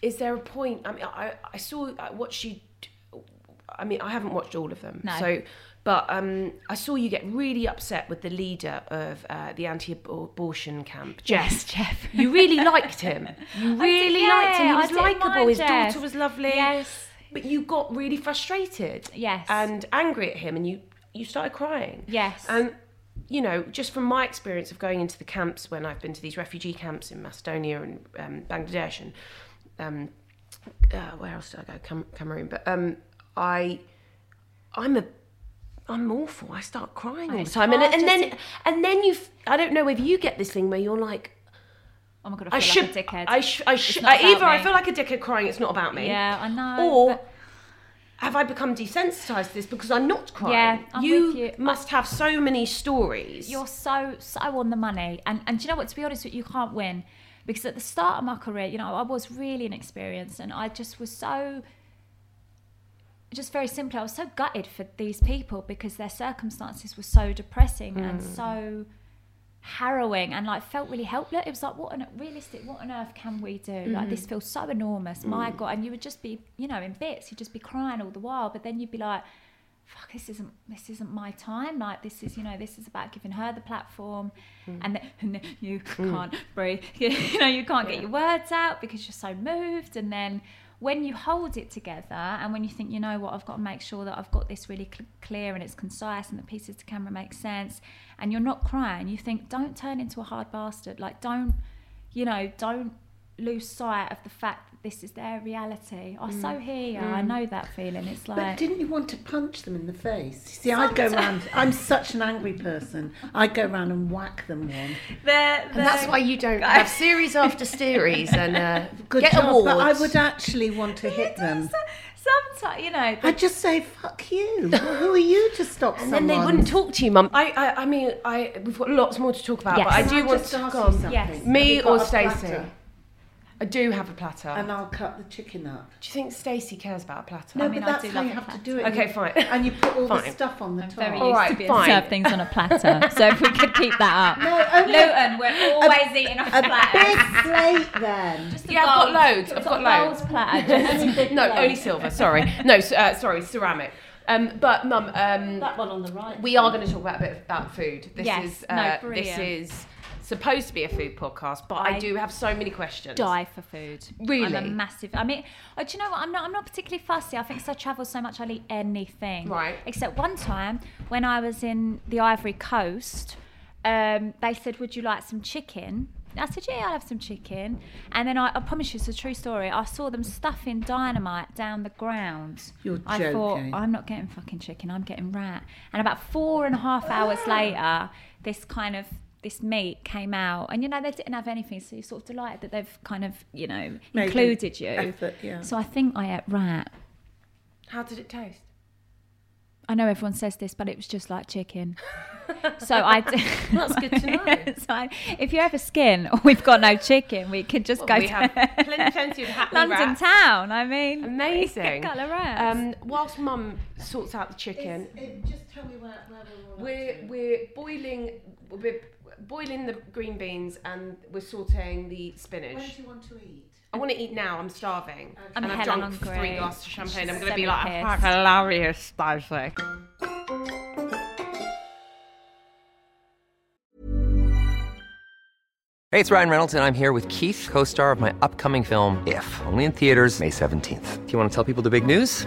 Speaker 1: is there a point? I mean, I, I saw I- what she. I mean, I haven't watched all of them.
Speaker 5: No.
Speaker 1: So, but um, I saw you get really upset with the leader of uh, the anti-abortion camp, Jess.
Speaker 5: Jeff.
Speaker 1: You really liked him. You
Speaker 5: did,
Speaker 1: really liked him. He
Speaker 5: yeah, I
Speaker 1: was
Speaker 5: didn't
Speaker 1: likable.
Speaker 5: mind
Speaker 1: His
Speaker 5: Jeff.
Speaker 1: daughter was lovely.
Speaker 5: Yes.
Speaker 1: But you got really frustrated.
Speaker 5: Yes.
Speaker 1: And angry at him, and you you started crying.
Speaker 5: Yes.
Speaker 1: And you know, just from my experience of going into the camps when I've been to these refugee camps in Macedonia and um, Bangladesh and um, uh, where else did I go? Cam- Cameroon. But um, I, I'm a, I'm awful. I start crying all the
Speaker 5: It's
Speaker 1: time, and,
Speaker 5: hard
Speaker 1: and
Speaker 5: to
Speaker 1: then
Speaker 5: see-
Speaker 1: and then you, f- I don't know whether you get this thing where you're like,
Speaker 5: Oh my god,
Speaker 1: I
Speaker 5: I feel
Speaker 1: should,
Speaker 5: like a dickhead.
Speaker 1: I should, I should.
Speaker 5: not
Speaker 1: Either
Speaker 5: about
Speaker 1: I
Speaker 5: me.
Speaker 1: feel like a dickhead crying. It's not about me.
Speaker 5: Yeah, I know,
Speaker 1: Or
Speaker 5: but-
Speaker 1: have I become desensitized to this because I'm not crying?
Speaker 5: Yeah, I'm
Speaker 1: you,
Speaker 5: with you.
Speaker 1: must have so many stories.
Speaker 5: You're so so on the money, and and do you know what? To be honest with you, you can't win because at the start of my career, you know, I was really inexperienced, and I just was so. Just very simply, I was so gutted for these people because their circumstances were so depressing and so harrowing, and like felt really helpless. It was like, what on e-, realistic? What on earth can we do? Like this feels so enormous. My God! And you would just be, you know, in bits. You'd just be crying all the while, but then you'd be like, fuck this isn't this isn't my time like this is you know this is about giving her the platform and, th- and then you can't breathe you know you can't get your words out because you're so moved and then when you hold it together and when you think you know what i've got to make sure that i've got this really cl- clear and it's concise and the pieces to camera make sense and you're not crying you think don't turn into a hard bastard like don't you know don't lose sight of the fact that this is their reality i so hear you i know that feeling it's like
Speaker 4: But didn't you want to punch them in the face? You see, I'd go round. I'm such an angry person. I'd go round and whack them one.
Speaker 2: And that's why you don't have series after series and uh,
Speaker 4: Good
Speaker 2: get
Speaker 4: job,
Speaker 2: awards.
Speaker 4: but I would actually want to hit them.
Speaker 5: Sometimes, you know, the,
Speaker 4: I'd just say, "Fuck you! Well, Who are you to stop
Speaker 1: and
Speaker 4: someone?"
Speaker 1: then they wouldn't talk to you, Mum. I, I, I mean, I we've got lots more to talk about, but I
Speaker 5: Yes.
Speaker 1: do want
Speaker 4: Just
Speaker 1: to
Speaker 4: ask
Speaker 1: talk
Speaker 4: you
Speaker 1: on.
Speaker 4: something.
Speaker 5: Yes.
Speaker 4: Have
Speaker 1: Me
Speaker 4: you got
Speaker 1: or
Speaker 4: a
Speaker 1: Stacey?
Speaker 4: platter?
Speaker 1: I do have a platter.
Speaker 4: And I'll cut the chicken up.
Speaker 1: do you think Stacey cares about a platter?
Speaker 4: No,
Speaker 5: mean, I
Speaker 4: but that's
Speaker 5: do
Speaker 4: how
Speaker 5: love
Speaker 4: you
Speaker 5: a
Speaker 4: have to
Speaker 5: platter.
Speaker 4: do it.
Speaker 1: Okay,
Speaker 4: You-
Speaker 1: fine.
Speaker 4: And you put all the
Speaker 1: Fine.
Speaker 4: stuff on the top.
Speaker 5: very
Speaker 1: All
Speaker 5: used
Speaker 1: right,
Speaker 5: to being
Speaker 1: fine.
Speaker 5: served things on a platter. so if we could keep that up.
Speaker 4: No, only a-
Speaker 5: Luton, we're always eating off
Speaker 4: a
Speaker 5: platters.
Speaker 4: big plate then.
Speaker 5: Just a
Speaker 1: Yeah, I've got
Speaker 5: bowl.
Speaker 1: loads. I've
Speaker 5: Just
Speaker 1: got
Speaker 5: a
Speaker 1: loads.
Speaker 5: bowl's platter. Just
Speaker 1: no, only silver. Sorry. No, s- uh, sorry, ceramic. Um, but Mum, um,
Speaker 4: That one on the right.
Speaker 1: we are going to talk about a bit about food. This
Speaker 5: Yes,
Speaker 1: is
Speaker 5: no,
Speaker 1: uh, this
Speaker 5: brilliant.
Speaker 1: is supposed to be a food podcast, but I,
Speaker 5: I
Speaker 1: do have so many questions.
Speaker 5: die for food. I'm a
Speaker 1: Really?
Speaker 5: massive. I mean, oh, do you know what? I'm not. I'm not particularly fussy. I think 'cause I travel so much, I'll eat anything.
Speaker 1: Right.
Speaker 5: Except one time when I was in the Ivory Coast, um, they said, "Would you like some chicken?" I said, "Yeah, I'll have some chicken." And then I, I promise you, it's a true story. I saw them stuffing dynamite down the ground.
Speaker 4: You're
Speaker 5: I thought
Speaker 4: joking.
Speaker 5: I'm not getting fucking chicken. I'm getting rat. And about four and a half hours later, this kind of this meat came out, and you know they didn't have anything, so you're sort of delighted that they've kind of you know
Speaker 4: Made an
Speaker 5: included you.
Speaker 4: effort, yeah.
Speaker 5: So I think I ate rat.
Speaker 1: How did it taste?
Speaker 5: I know everyone says this, but it was just like chicken. So I d-
Speaker 1: That's good to know.
Speaker 5: so I, if you have a skin or we've got no chicken, we could just
Speaker 1: Well,
Speaker 5: go
Speaker 1: we
Speaker 5: to
Speaker 1: have plen- plenty of happy
Speaker 5: London
Speaker 1: rats.
Speaker 5: town. I mean,
Speaker 1: Amazing.
Speaker 5: Colour rats.
Speaker 1: Um, whilst Mum sorts out the chicken,
Speaker 4: Just tell me where, where we're all up
Speaker 1: We're
Speaker 4: to.
Speaker 1: we're boiling we're boiling the green beans and we're sautéing the
Speaker 4: When do
Speaker 1: spinach.
Speaker 4: you want to eat?
Speaker 1: I want to eat now. I'm starving.
Speaker 5: I'm
Speaker 1: and I've
Speaker 5: hella
Speaker 1: drunk three
Speaker 5: hungry.
Speaker 1: glasses of champagne. I'm
Speaker 5: She's
Speaker 1: going to be like a
Speaker 5: semi-pissed.
Speaker 1: hilarious spicy.
Speaker 6: Hey, it's Ryan Reynolds, and I'm here with Keith, co star of my upcoming film, If, only in theaters, May 17th. Do you want to tell people the big news?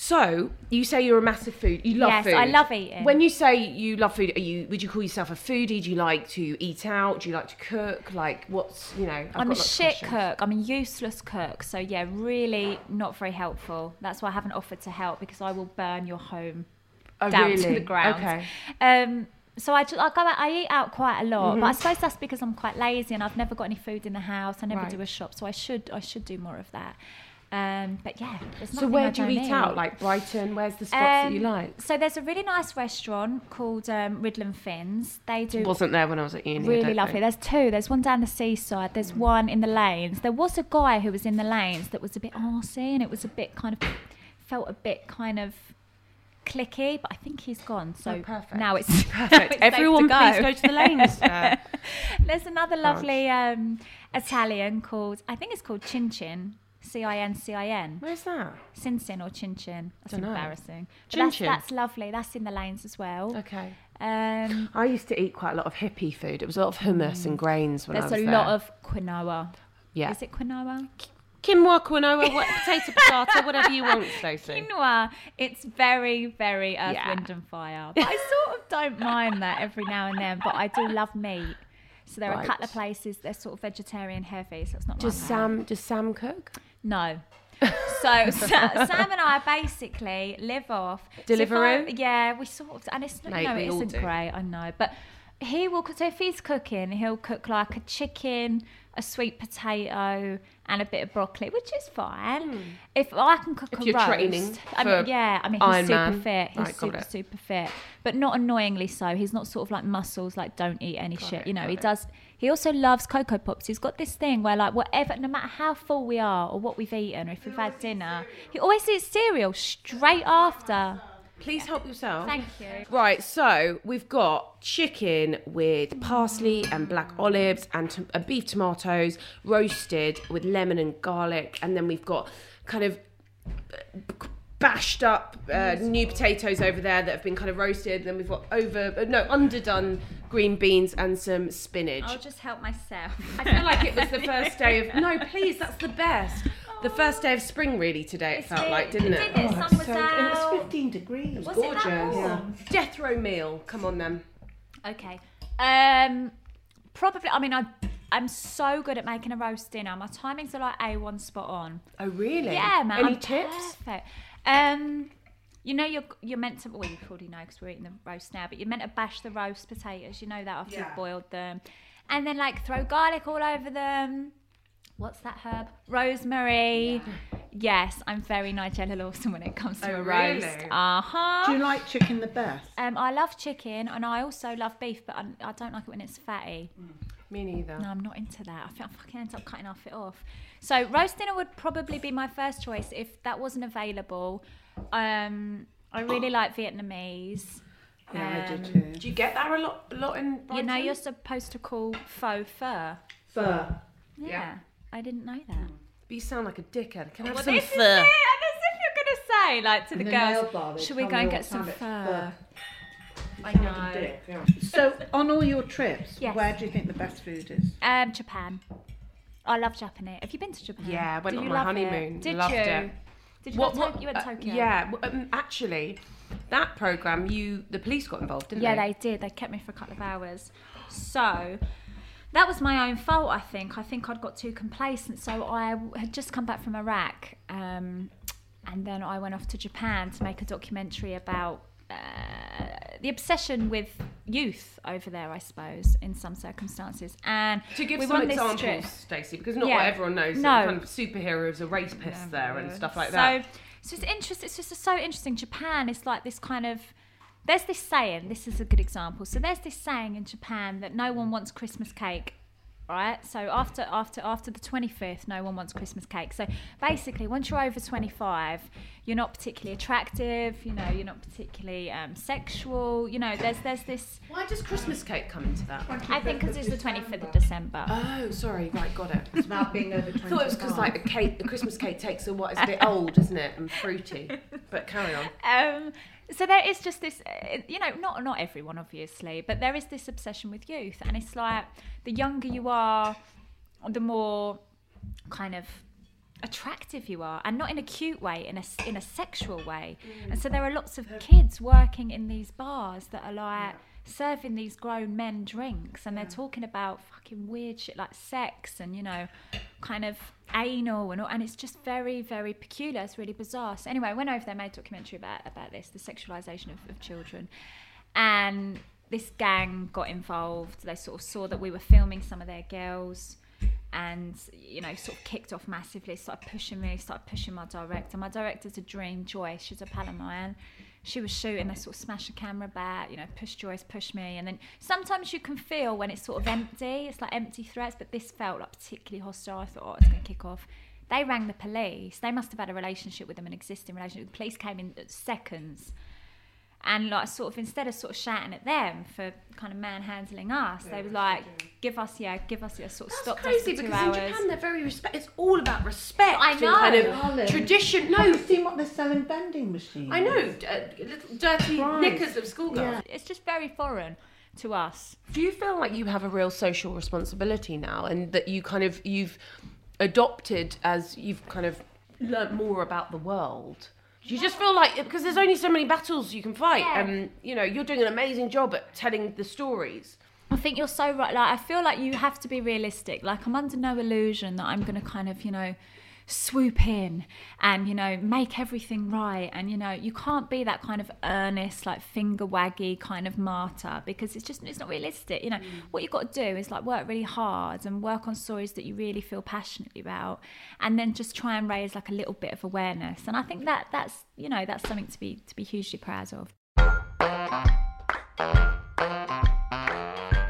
Speaker 1: So you say you're a massive food. You love
Speaker 5: Yes,
Speaker 1: food.
Speaker 5: I love eating.
Speaker 1: When you say you love food, are you? Would you call yourself a foodie? Do you like to eat out? Do you like to cook? Like what's you know? I've
Speaker 5: I'm a
Speaker 1: got lots of
Speaker 5: shit
Speaker 1: questions.
Speaker 5: cook. I'm a useless cook. So yeah, really not very helpful. That's why I haven't offered to help because I will burn your home
Speaker 1: Oh,
Speaker 5: down to
Speaker 1: really?
Speaker 5: the ground.
Speaker 1: Okay.
Speaker 5: Um, so I just I go out, I eat out quite a lot, but I
Speaker 1: Mm-hmm.
Speaker 5: suppose that's because I'm quite lazy and I've never got any food in the house. I never
Speaker 1: Right.
Speaker 5: do a shop, so I should I should do more of that. Um, but yeah, there's
Speaker 1: So
Speaker 5: nothing I
Speaker 1: where do you
Speaker 5: don't
Speaker 1: eat out? Like Brighton? Where's the spots that you
Speaker 5: Um,
Speaker 1: like?
Speaker 5: So there's a really nice restaurant called um, Ridland Finns. They do
Speaker 1: Wasn't there when I was at uni. I
Speaker 5: really
Speaker 1: don't Mm.
Speaker 5: lovely.
Speaker 1: think.
Speaker 5: There's two. There's one down the seaside. There's one in the lanes. There was a guy who was in the lanes that was a bit arsey and it was a bit kind of felt a bit kind of clicky, but I think he's gone. So
Speaker 1: Oh, perfect.
Speaker 5: now it's now it's
Speaker 1: Perfect.
Speaker 5: safe
Speaker 1: Everyone,
Speaker 5: to
Speaker 1: please go to the lanes. Uh,
Speaker 5: There's another lovely um, Italian called I think it's called Chin Chin. C I N C I N.
Speaker 1: where's that?
Speaker 5: Sin Sin or Chin Chin. That's
Speaker 1: Dunno.
Speaker 5: embarrassing. But
Speaker 1: Chin
Speaker 5: that's,
Speaker 1: Chin.
Speaker 5: that's lovely. That's in the lanes as well.
Speaker 1: Okay.
Speaker 5: Um,
Speaker 1: I used to eat quite a lot of hippie food. It was a lot of hummus and grains when
Speaker 5: There's
Speaker 1: I
Speaker 5: a
Speaker 1: was
Speaker 5: lot
Speaker 1: there.
Speaker 5: of quinoa.
Speaker 1: yeah.
Speaker 5: Is it quinoa?
Speaker 1: quinoa, quinoa, what, potato, patata, whatever you want, Stacey.
Speaker 5: Quinoa. It's very, very earth,
Speaker 1: Yeah.
Speaker 5: wind, and fire. But I sort of don't mind that every now and then. But I do love meat. So there are a
Speaker 1: Right.
Speaker 5: couple of places they're sort of vegetarian heavy, so it's not
Speaker 1: Does
Speaker 5: my bag.
Speaker 1: Sam? Does Sam cook?
Speaker 5: No. So Sa- Sam and I basically live off so if I-
Speaker 1: Deliveroo?
Speaker 5: yeah, we sort of, and it's
Speaker 1: Mate,
Speaker 5: no,
Speaker 1: we
Speaker 5: it
Speaker 1: all
Speaker 5: isn't
Speaker 1: do.
Speaker 5: great. I know, but he will. cook- So if he's cooking, he'll cook like a chicken, a sweet potato, and a bit of broccoli, which is fine.
Speaker 1: Hmm.
Speaker 5: If I can cook
Speaker 1: If
Speaker 5: a
Speaker 1: you're
Speaker 5: roast,
Speaker 1: training
Speaker 5: I
Speaker 1: for
Speaker 5: mean, yeah, I mean he's
Speaker 1: Iron
Speaker 5: super
Speaker 1: Man.
Speaker 5: fit. He's
Speaker 1: Right, got
Speaker 5: super
Speaker 1: it.
Speaker 5: super fit, but not annoyingly so. He's not sort of like muscles, like don't eat any shit. you know, he does. He also loves cocoa pops. He's got this thing where like whatever, no matter how full we are or what we've eaten or if we've had dinner, he always eats cereal straight after.
Speaker 1: Please help yourself.
Speaker 5: Thank you.
Speaker 1: Right, so we've got chicken with parsley and black olives and to- uh, beef tomatoes roasted with lemon and garlic, and then we've got kind of uh, bashed up uh, new potatoes over there that have been kind of roasted. Then we've got over uh, no underdone green beans and some spinach.
Speaker 5: I'll just help myself.
Speaker 1: I feel like it was the first day of no, please, that's the best. The first day of spring, really. Today it felt like, didn't it? Oh,
Speaker 5: Did it? Sun was
Speaker 4: And it was
Speaker 5: out.
Speaker 4: 15 degrees.
Speaker 5: Was it that
Speaker 1: gorgeous.
Speaker 5: warm?
Speaker 1: Death row meal. Come on, then.
Speaker 5: Okay. Um, probably. I mean, I I'm so good at making a roast dinner. My timings are like a one spot on.
Speaker 1: Oh, really?
Speaker 5: Yeah, man.
Speaker 1: Any
Speaker 5: I'm
Speaker 1: tips?
Speaker 5: Perfect. Um, you know you're you're meant to. Well, you probably know because we're eating the roast now, but you're meant to bash the roast potatoes. You know that after you've boiled them, and then like throw garlic all over them. What's that herb? Rosemary. Yes, I'm very Nigella Lawson when it comes to
Speaker 1: Oh,
Speaker 5: a
Speaker 1: really?
Speaker 5: roast. Uh huh.
Speaker 4: Do you like chicken the best?
Speaker 5: Um, I love chicken and I also love beef, but I, I don't like it when it's fatty.
Speaker 4: Mm.
Speaker 1: Me neither.
Speaker 5: No, I'm not into that. I think I fucking end up cutting half it off. So roast dinner would probably be my first choice if that wasn't available. Um, I really like Vietnamese.
Speaker 4: Yeah, I do
Speaker 5: Um,
Speaker 4: too.
Speaker 1: Do you get that a lot? A lot in
Speaker 5: You know,
Speaker 1: Brighton?
Speaker 5: you're supposed to call faux fur.
Speaker 4: Fur.
Speaker 5: Yeah. I didn't know that.
Speaker 1: But you sound like a dickhead. Can I have
Speaker 5: Well,
Speaker 1: some
Speaker 5: this is it.
Speaker 1: fur?
Speaker 5: And as if you're going to say, like, to the,
Speaker 4: In the nail bar,
Speaker 5: girls,
Speaker 4: they
Speaker 5: should we
Speaker 4: tell
Speaker 5: go
Speaker 4: me
Speaker 5: and
Speaker 4: all
Speaker 5: get
Speaker 4: the
Speaker 5: some
Speaker 4: time it's
Speaker 5: fur?
Speaker 4: fur.
Speaker 5: I know.
Speaker 4: Dick, yeah. So, on all your trips,
Speaker 5: Yes.
Speaker 4: where do you think the best food is?
Speaker 5: Um, Japan. I love Japan. Have you been to Japan?
Speaker 1: Yeah, I went
Speaker 5: Did
Speaker 1: on
Speaker 5: you
Speaker 1: my
Speaker 5: love it?
Speaker 1: honeymoon.
Speaker 5: Did
Speaker 1: Loved
Speaker 5: you?
Speaker 1: it.
Speaker 5: Did you, go to, Tok- you went to
Speaker 1: uh,
Speaker 5: Tokyo?
Speaker 1: yeah. well, Um, actually, that program, you the police got involved, didn't
Speaker 5: Yeah,
Speaker 1: they?
Speaker 5: they did. They kept me for a couple of hours. So that was my own fault, I think. I think I'd got too complacent. So I w- had just come back from Iraq, um, and then I went off to Japan to make a documentary about uh, the obsession with youth over there, I suppose, in some circumstances. And
Speaker 1: To give
Speaker 5: we
Speaker 1: some
Speaker 5: won this trip.
Speaker 1: examples, Stacey, because not
Speaker 5: Yeah.
Speaker 1: what everyone knows. that
Speaker 5: No.
Speaker 1: Kind of superheroes are rapists there and stuff like
Speaker 5: so,
Speaker 1: that.
Speaker 5: So it's interesting. It's just so interesting. Japan is like this kind of. There's this saying. This is a good example. So there's this saying in Japan that no one wants Christmas cake. Right, so after after after the twenty fifth, no one wants Christmas cake. So basically, once you're over twenty five, you're not particularly attractive. You know, you're not particularly um, sexual. You know, there's there's this.
Speaker 1: Why does Christmas cake come into that?
Speaker 5: I think because it's the twenty fifth of December.
Speaker 1: Oh, sorry. Right, got it. I
Speaker 4: About being over 20.
Speaker 1: thought it was because like a cake, a Christmas cake takes a what? It's a bit old, isn't it? And fruity. But carry on.
Speaker 5: um, so there is just this, uh, you know, not not everyone obviously, but there is this obsession with youth, and it's like the younger you are, the more kind of attractive you are, and not in a cute way, in a s- in a sexual way. And so there are lots of kids working in these bars that are like serving these grown men drinks, and they're talking about fucking weird shit like sex and you know, kind of anal and all, and it's just very very peculiar. It's really bizarre. So anyway, I went over there, made a documentary about about this, the sexualization of, of children, and. This gang got involved. They sort of saw that we were filming some of their girls and you know sort of kicked off massively started pushing me started pushing my director my director's a dream joyce she's a pal of mine she was shooting they sort of smashed the camera back you know push joyce push me and then sometimes you can feel when it's sort of empty it's like empty threats but this felt like particularly hostile i thought oh it's going to kick off they rang the police they must have had a relationship with them an existing relationship the police came in at seconds and like sort of instead of sort of shouting at them for kind of manhandling us, they were like, "Give us, yeah, give us, yeah." Sort of
Speaker 1: That's
Speaker 5: stopped us
Speaker 1: crazy
Speaker 5: for two
Speaker 1: because
Speaker 5: hours.
Speaker 1: in Japan they're very respect. It's all about respect.
Speaker 5: I
Speaker 1: and
Speaker 5: know.
Speaker 1: kind of tradition. No,
Speaker 4: I've Oh, seen what they're selling vending machines.
Speaker 1: I know. d- Uh, little dirty knickers of schoolgirls.
Speaker 5: It's just very foreign to us.
Speaker 1: Do you feel like you have a real social responsibility now, and that you kind of you've adopted as you've kind of learnt more about the world? Do you just feel like because there's only so many battles you can fight,
Speaker 5: Yeah.
Speaker 1: and you know you're doing an amazing job at telling the stories.
Speaker 5: I think you're so right. Like I feel like you have to be realistic. Like I'm under no illusion that I'm going to kind of, you know, swoop in and you know make everything right. And you know, you can't be that kind of earnest, like finger waggy kind of martyr because it's just it's not realistic. You know,
Speaker 4: Mm.
Speaker 5: what you've got to do is like work really hard and work on stories that you really feel passionately about, and then just try and raise like a little bit of awareness. And I think that that's you know that's something to be to be hugely proud of.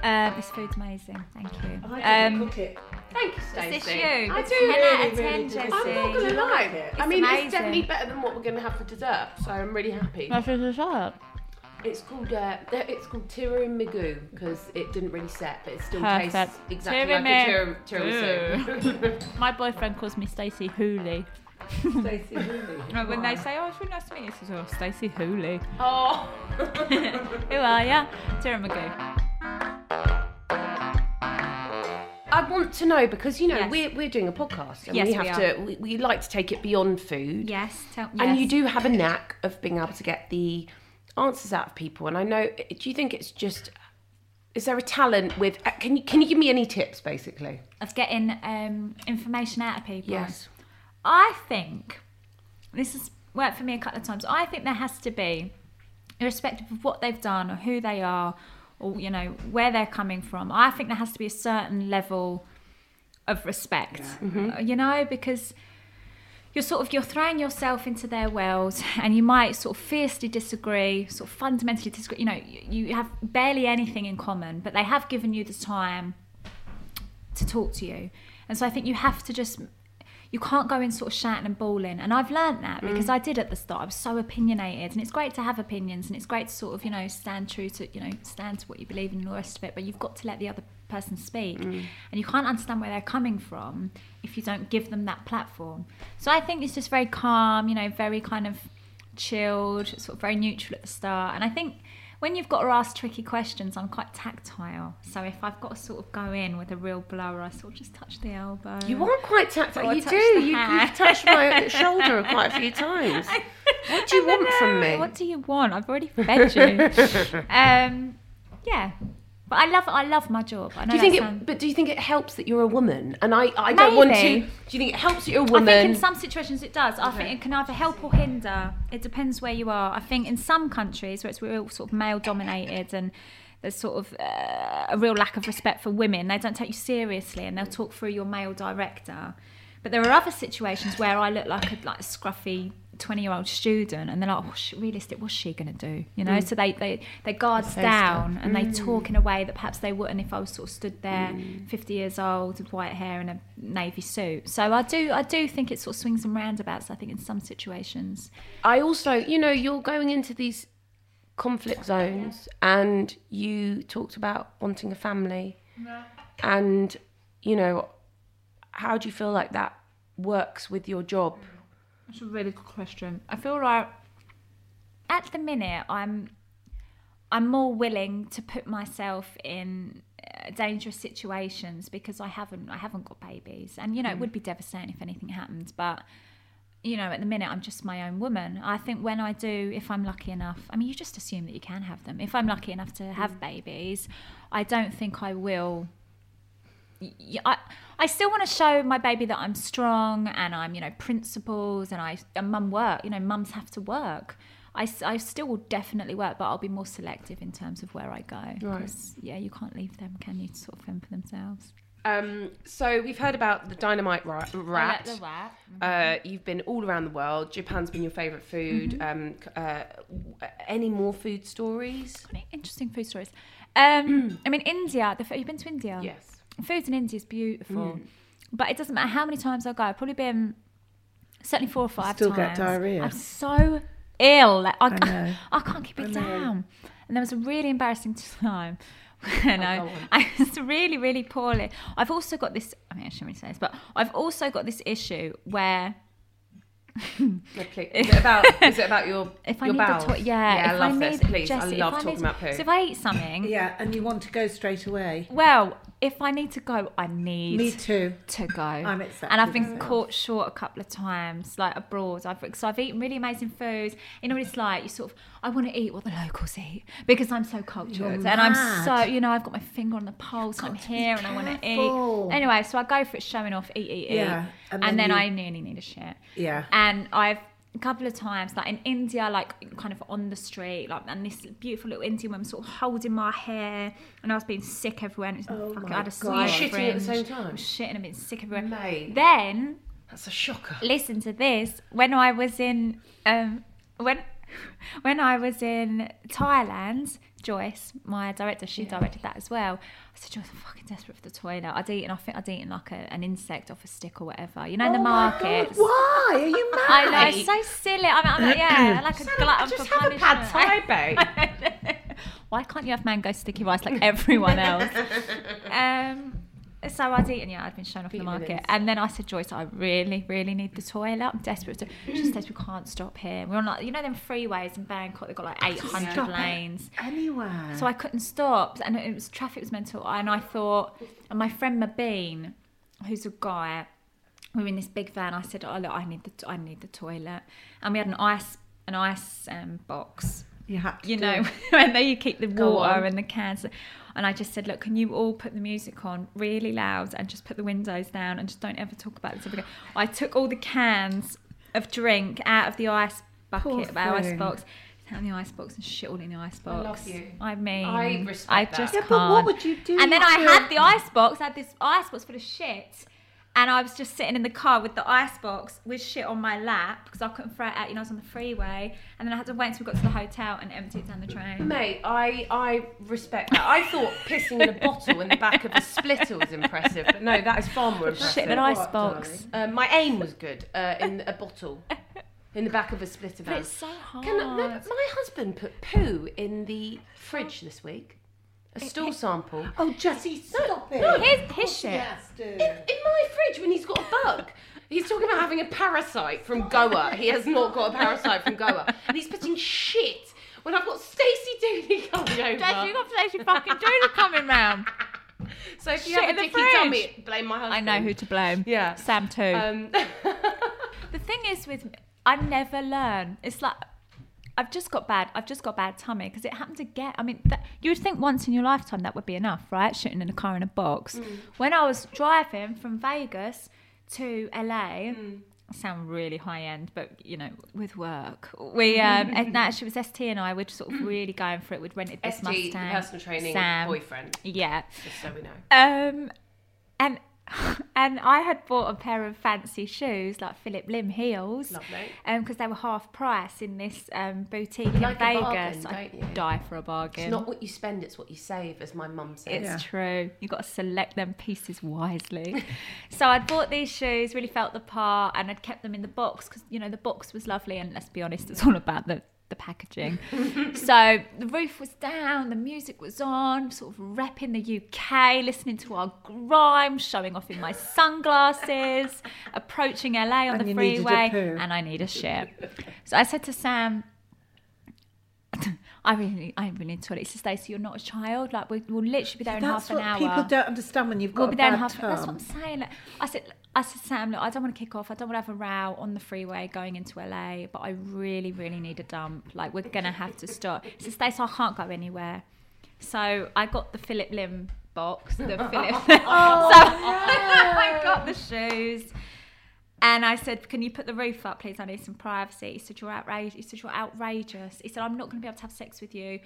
Speaker 5: Um, this food's amazing. Thank you.
Speaker 4: I
Speaker 5: um,
Speaker 4: didn't cook it.
Speaker 1: Thank you, Stacey.
Speaker 5: It's you.
Speaker 1: I
Speaker 5: It's
Speaker 1: do
Speaker 5: 10 out of
Speaker 1: really,
Speaker 5: 10,
Speaker 1: really do.
Speaker 5: Jessie.
Speaker 1: I'm not gonna lie. I mean,
Speaker 5: amazing.
Speaker 1: it's definitely better than what we're gonna have for dessert. So I'm really happy. It's called uh, th- it's called tiramisu because it didn't really set, but it still tastes
Speaker 7: Perfect.
Speaker 1: exactly
Speaker 7: Tirami-
Speaker 1: like a tiram- tiramisu.
Speaker 7: My boyfriend calls me Stacey Hooley. No, when they say, "Oh, it's really nice to meet you," he says, "Oh, Stacey Hooley."
Speaker 1: oh,
Speaker 7: Who are ya? Tiramisu.
Speaker 1: I want to know because you know
Speaker 5: Yes.
Speaker 1: we're we're doing a podcast and
Speaker 5: Yes,
Speaker 1: we
Speaker 5: we
Speaker 1: have
Speaker 5: are.
Speaker 1: to we, we like to take it beyond food.
Speaker 5: Yes, tell, yes.
Speaker 1: And you do have a knack of being able to get the answers out of people. And I know. Do you think it's just? Is there a talent with? uh, Can you can you give me any tips basically?
Speaker 5: of getting um, information out of people.
Speaker 1: Yes.
Speaker 5: I think this has worked for me a couple of times. I think there has to be, irrespective of what they've done or who they are, or you know where they're coming from. I think there has to be a certain level of respect. Uh, You know because. you're sort of you're throwing yourself into their world and you might sort of fiercely disagree sort of fundamentally disagree you know you you have barely anything in common but they have given you the time to talk to you and so i think you have to just you can't go in sort of shouting and bawling and i've learned that because i did at the start i was so opinionated and it's great to have opinions and it's great to sort of you know stand true to you know stand to what you believe in and all the rest of it but you've got to let the other person speak and you can't understand where they're coming from if you don't give them that platform so i think it's just very calm you know very kind of chilled sort of very neutral at the start and i think when you've got to ask tricky questions i'm quite tactile so if i've got to sort of go in with a real blower i sort of just touch the elbow
Speaker 1: You are quite tactile.
Speaker 5: Mm. Oh, I
Speaker 1: you
Speaker 5: touched
Speaker 1: do.
Speaker 5: the
Speaker 1: You,
Speaker 5: hand.
Speaker 1: you've touched my shoulder quite a few times. What do you
Speaker 5: I don't
Speaker 1: want from
Speaker 5: know.
Speaker 1: me?
Speaker 5: What do you want? I've already fed you. um, yeah, but I love I love my job. I know
Speaker 1: Do you think
Speaker 5: that
Speaker 1: it?
Speaker 5: sounds-
Speaker 1: But do you think it helps that you're a woman? And I, I don't want to. Do
Speaker 5: Maybe.
Speaker 1: you think it helps that you're a
Speaker 5: I
Speaker 1: woman?
Speaker 5: think in some situations it does. I think it can either help or hinder. It depends where you are. I think in some countries where it's real sort of male dominated and there's sort of uh, a real lack of respect for women, they don't take you seriously and they'll talk through your male director. But there are other situations where I look like a like scruffy 20 year old student and they're like, oh, sh- realistic, what's she going to do? You know, so they, they, they guards down and they talk in a way that perhaps they wouldn't if I was sort of stood there 50 years old with white hair and a navy suit. So I do, I do think it sort of swings and roundabouts, I think, in some situations.
Speaker 1: I also, you know, you're going into these conflict zones, and you talked about wanting a family, and you know, how do you feel like that works with your job?
Speaker 7: That's a really good question. I feel like
Speaker 5: at the minute i'm i'm more willing to put myself in uh, dangerous situations because I haven't I haven't got babies, and you know it would be devastating if anything happened, but. You know, at the minute, I'm just my own woman. I think when I do, if I'm lucky enough, I mean, you just assume that you can have them. If I'm lucky enough to have babies, I don't think I will y- I, I still want to show my baby that I'm strong and I'm, you know, principles and I, and mum work, you know, mums have to work. I, s- I still will definitely work, but I'll be more selective in terms of where I go. Right. Yeah, you can't leave them, can you, to sort of fend for themselves?
Speaker 1: Um, so we've heard about the dynamite ra- rat.
Speaker 5: the rat.
Speaker 1: Uh, you've been all around the world. Japan's been your favourite food.
Speaker 5: Mm-hmm.
Speaker 1: Um, c- uh, w- any more food stories?
Speaker 5: Funny, Interesting food stories. Um, I mean, India, the, f- you've been to India?
Speaker 1: Yes.
Speaker 5: food in India is beautiful,
Speaker 1: Mm.
Speaker 5: but it doesn't matter how many times I go. I've probably been certainly four or five.
Speaker 4: Still get
Speaker 5: times.
Speaker 4: diarrhea.
Speaker 5: I'm so ill. Like, I, I,
Speaker 4: know.
Speaker 5: can't keep it down. And there was a really embarrassing time.
Speaker 1: Oh,
Speaker 5: when I, I was really, really poorly. I've also got this. I mean, I shouldn't really say this, but I've also got this issue where
Speaker 1: No, please. Is it about? is it about your
Speaker 5: if I
Speaker 1: your
Speaker 5: need
Speaker 1: bowels?
Speaker 5: a toilet, yeah,
Speaker 1: yeah.
Speaker 5: if
Speaker 1: I
Speaker 5: I
Speaker 1: love
Speaker 5: need,
Speaker 1: this. Please,
Speaker 5: Jessie,
Speaker 1: I
Speaker 5: if
Speaker 1: love
Speaker 5: need-
Speaker 1: talking about poo.
Speaker 5: So if I eat something,
Speaker 4: Yeah, and you want to go straight away.
Speaker 5: well, if I need to go, I need
Speaker 4: Me too.
Speaker 5: to go. I'm
Speaker 4: accepted
Speaker 5: And I've been
Speaker 4: myself.
Speaker 5: caught short a couple of times, like abroad. I've so I've eaten really amazing foods. You know what it's like? You sort of I want to eat what the locals eat because I'm so cultured and I'm
Speaker 4: mad.
Speaker 5: so you know I've got my finger on the pulse. I'm here and I want to
Speaker 4: careful.
Speaker 5: eat. Anyway, so I go for it, showing off, eat, eat,
Speaker 4: Yeah,
Speaker 5: eat,
Speaker 4: and
Speaker 5: and,
Speaker 4: then
Speaker 5: then
Speaker 4: you-
Speaker 5: I nearly need a shit.
Speaker 4: Yeah.
Speaker 5: And I've a couple of times, like in India, like kind of on the street, like and this beautiful little Indian woman sort of holding my hair, and I was being sick everywhere. And it was, fucking- I had a
Speaker 1: Were you
Speaker 5: slight
Speaker 1: shitting at the
Speaker 5: fringe.
Speaker 1: same time?
Speaker 5: Shit, and I've been sick everywhere.
Speaker 1: Mate.
Speaker 5: Then
Speaker 1: That's a shocker.
Speaker 5: listen to this. When I was in um when when I was in Thailand, Joyce, my director, she directed that as well. I said, Joyce, I'm fucking desperate for the toilet. I'd eaten, I think I'd eaten like a, an insect off a stick or whatever. You know,
Speaker 1: Oh
Speaker 5: in the market.
Speaker 4: Oh Why are you mad?
Speaker 5: I know, it's so silly. I'm, I'm yeah, like a glutton
Speaker 1: Just
Speaker 5: for
Speaker 1: have a
Speaker 5: punishment.
Speaker 1: pad thai, babe.
Speaker 5: Why can't you have mango sticky rice like everyone else? um, so I'd eaten, yeah, I'd been shown off in the market. And then I said, Joyce, I really, really need the toilet. I'm desperate. To, she says, we can't stop here. We're on like, you know, them freeways in Bangkok, they've got like 800 lanes.
Speaker 4: Anywhere.
Speaker 5: So I couldn't stop, and it was traffic was mental. And I thought, and my friend Mabeen, who's a guy, we were in this big van. I said, "Oh look, I need the I need the toilet," and we had an ice an ice um, box.
Speaker 4: you had to
Speaker 5: You
Speaker 4: do
Speaker 5: know,
Speaker 4: it.
Speaker 5: and there you keep the water and the cans. And I just said, look, can you all put the music on really loud and just put the windows down and just don't ever talk about this ever again. I took all the cans of drink out of the ice
Speaker 4: Poor
Speaker 5: bucket, of our ice
Speaker 4: thing.
Speaker 5: box, down the ice box and shit all in the ice box. I
Speaker 1: love you.
Speaker 5: mean,
Speaker 1: I respect
Speaker 5: I
Speaker 1: that.
Speaker 5: just
Speaker 4: Yeah,
Speaker 5: can't.
Speaker 4: but what would you do
Speaker 5: And then I
Speaker 4: to-
Speaker 5: had the ice box. I had this ice box full of shit. And I was just sitting in the car with the ice box with shit on my lap because I couldn't throw it out. You know, I was on the freeway, and then I had to wait until we got to the hotel and empty it down the drain.
Speaker 1: Mate, I, I respect that. I thought pissing in a bottle in the back of a splitter was impressive, but no, that is far more impressive.
Speaker 5: Shit in an ice box.
Speaker 1: Uh, my aim was good uh, in a bottle, in the back of a splitter van.
Speaker 5: It's so hard.
Speaker 1: Can I- no, my husband put poo in the fridge this week, a stool sample.
Speaker 4: Oh, Jessie, stop it.
Speaker 5: Here's his shit.
Speaker 4: Yes, do.
Speaker 1: In, in my fridge when he's got a bug. He's talking about having a parasite from Goa. He has not got a parasite from Goa. And he's putting shit when I've got Stacey Dooley coming over.
Speaker 5: Jess, you got Stacey fucking Judah coming round.
Speaker 1: So if you
Speaker 5: Shit
Speaker 1: have
Speaker 5: in
Speaker 1: a
Speaker 5: the
Speaker 1: dicky
Speaker 5: fridge.
Speaker 1: tummy, blame my
Speaker 5: I
Speaker 1: husband.
Speaker 5: know who to blame.
Speaker 1: Yeah.
Speaker 5: Sam too.
Speaker 1: Um,
Speaker 5: the thing is with me, I never learn. It's like I've just got bad. I've just got bad tummy because it happened again. I mean, that, you would think once in your lifetime that would be enough, right? Shooting in a car in a box.
Speaker 1: Mm.
Speaker 5: When I was driving from Vegas to LA.
Speaker 1: Mm.
Speaker 5: I Sound really high end, but you know, with work, we um, and actually it was ST and I were just sort of really going for it. We'd rented this
Speaker 1: ST, the
Speaker 5: Mustang,
Speaker 1: personal training
Speaker 5: Sam.
Speaker 1: boyfriend,
Speaker 5: yeah,
Speaker 1: just so we know.
Speaker 5: um, and and I had bought a pair of fancy shoes, like Philip Lim heels,
Speaker 1: Lovely.
Speaker 5: because they were half price in this um, boutique
Speaker 1: like a
Speaker 5: in Vegas.
Speaker 1: bargain,
Speaker 5: I'd
Speaker 1: don't you?
Speaker 5: die for a bargain.
Speaker 1: It's not what you spend, it's what you save, as my mum says.
Speaker 5: It's true. You've got to select them pieces wisely. so I'd bought these shoes, really felt the part, and I'd kept them in the box because, you know, the box was lovely. And let's be honest, it's all about the, the packaging. so the roof was down, the music was on, sort of repping the UK, listening to our grime, showing off in my sunglasses, approaching LA on
Speaker 4: And
Speaker 5: the
Speaker 4: you needed a
Speaker 5: freeway.
Speaker 4: poo.
Speaker 5: And I need a shit. So I said to Sam, I really, I haven't been into it. It's just Stacey, you're not a child. Like we'll, we'll literally be there in
Speaker 4: That's
Speaker 5: half an
Speaker 4: what
Speaker 5: hour.
Speaker 4: people don't understand when you've got
Speaker 5: We'll
Speaker 4: a
Speaker 5: be there
Speaker 4: bad
Speaker 5: in half.
Speaker 4: term.
Speaker 5: That's what I'm saying. Like, I said, I said, Sam, look, I don't want to kick off. I don't want to have a row on the freeway going into LA, but I really, really need a dump. Like we're gonna have to stop. It's a space I can't go anywhere. So I got the Philip Lim box, the Philip.
Speaker 4: Oh,
Speaker 5: so I got the shoes. And I said, "Can you put the roof up, please? I need some privacy." He said, "You're outrageous." He said, "You're outrageous." He said, "I'm not going to be able to have sex with you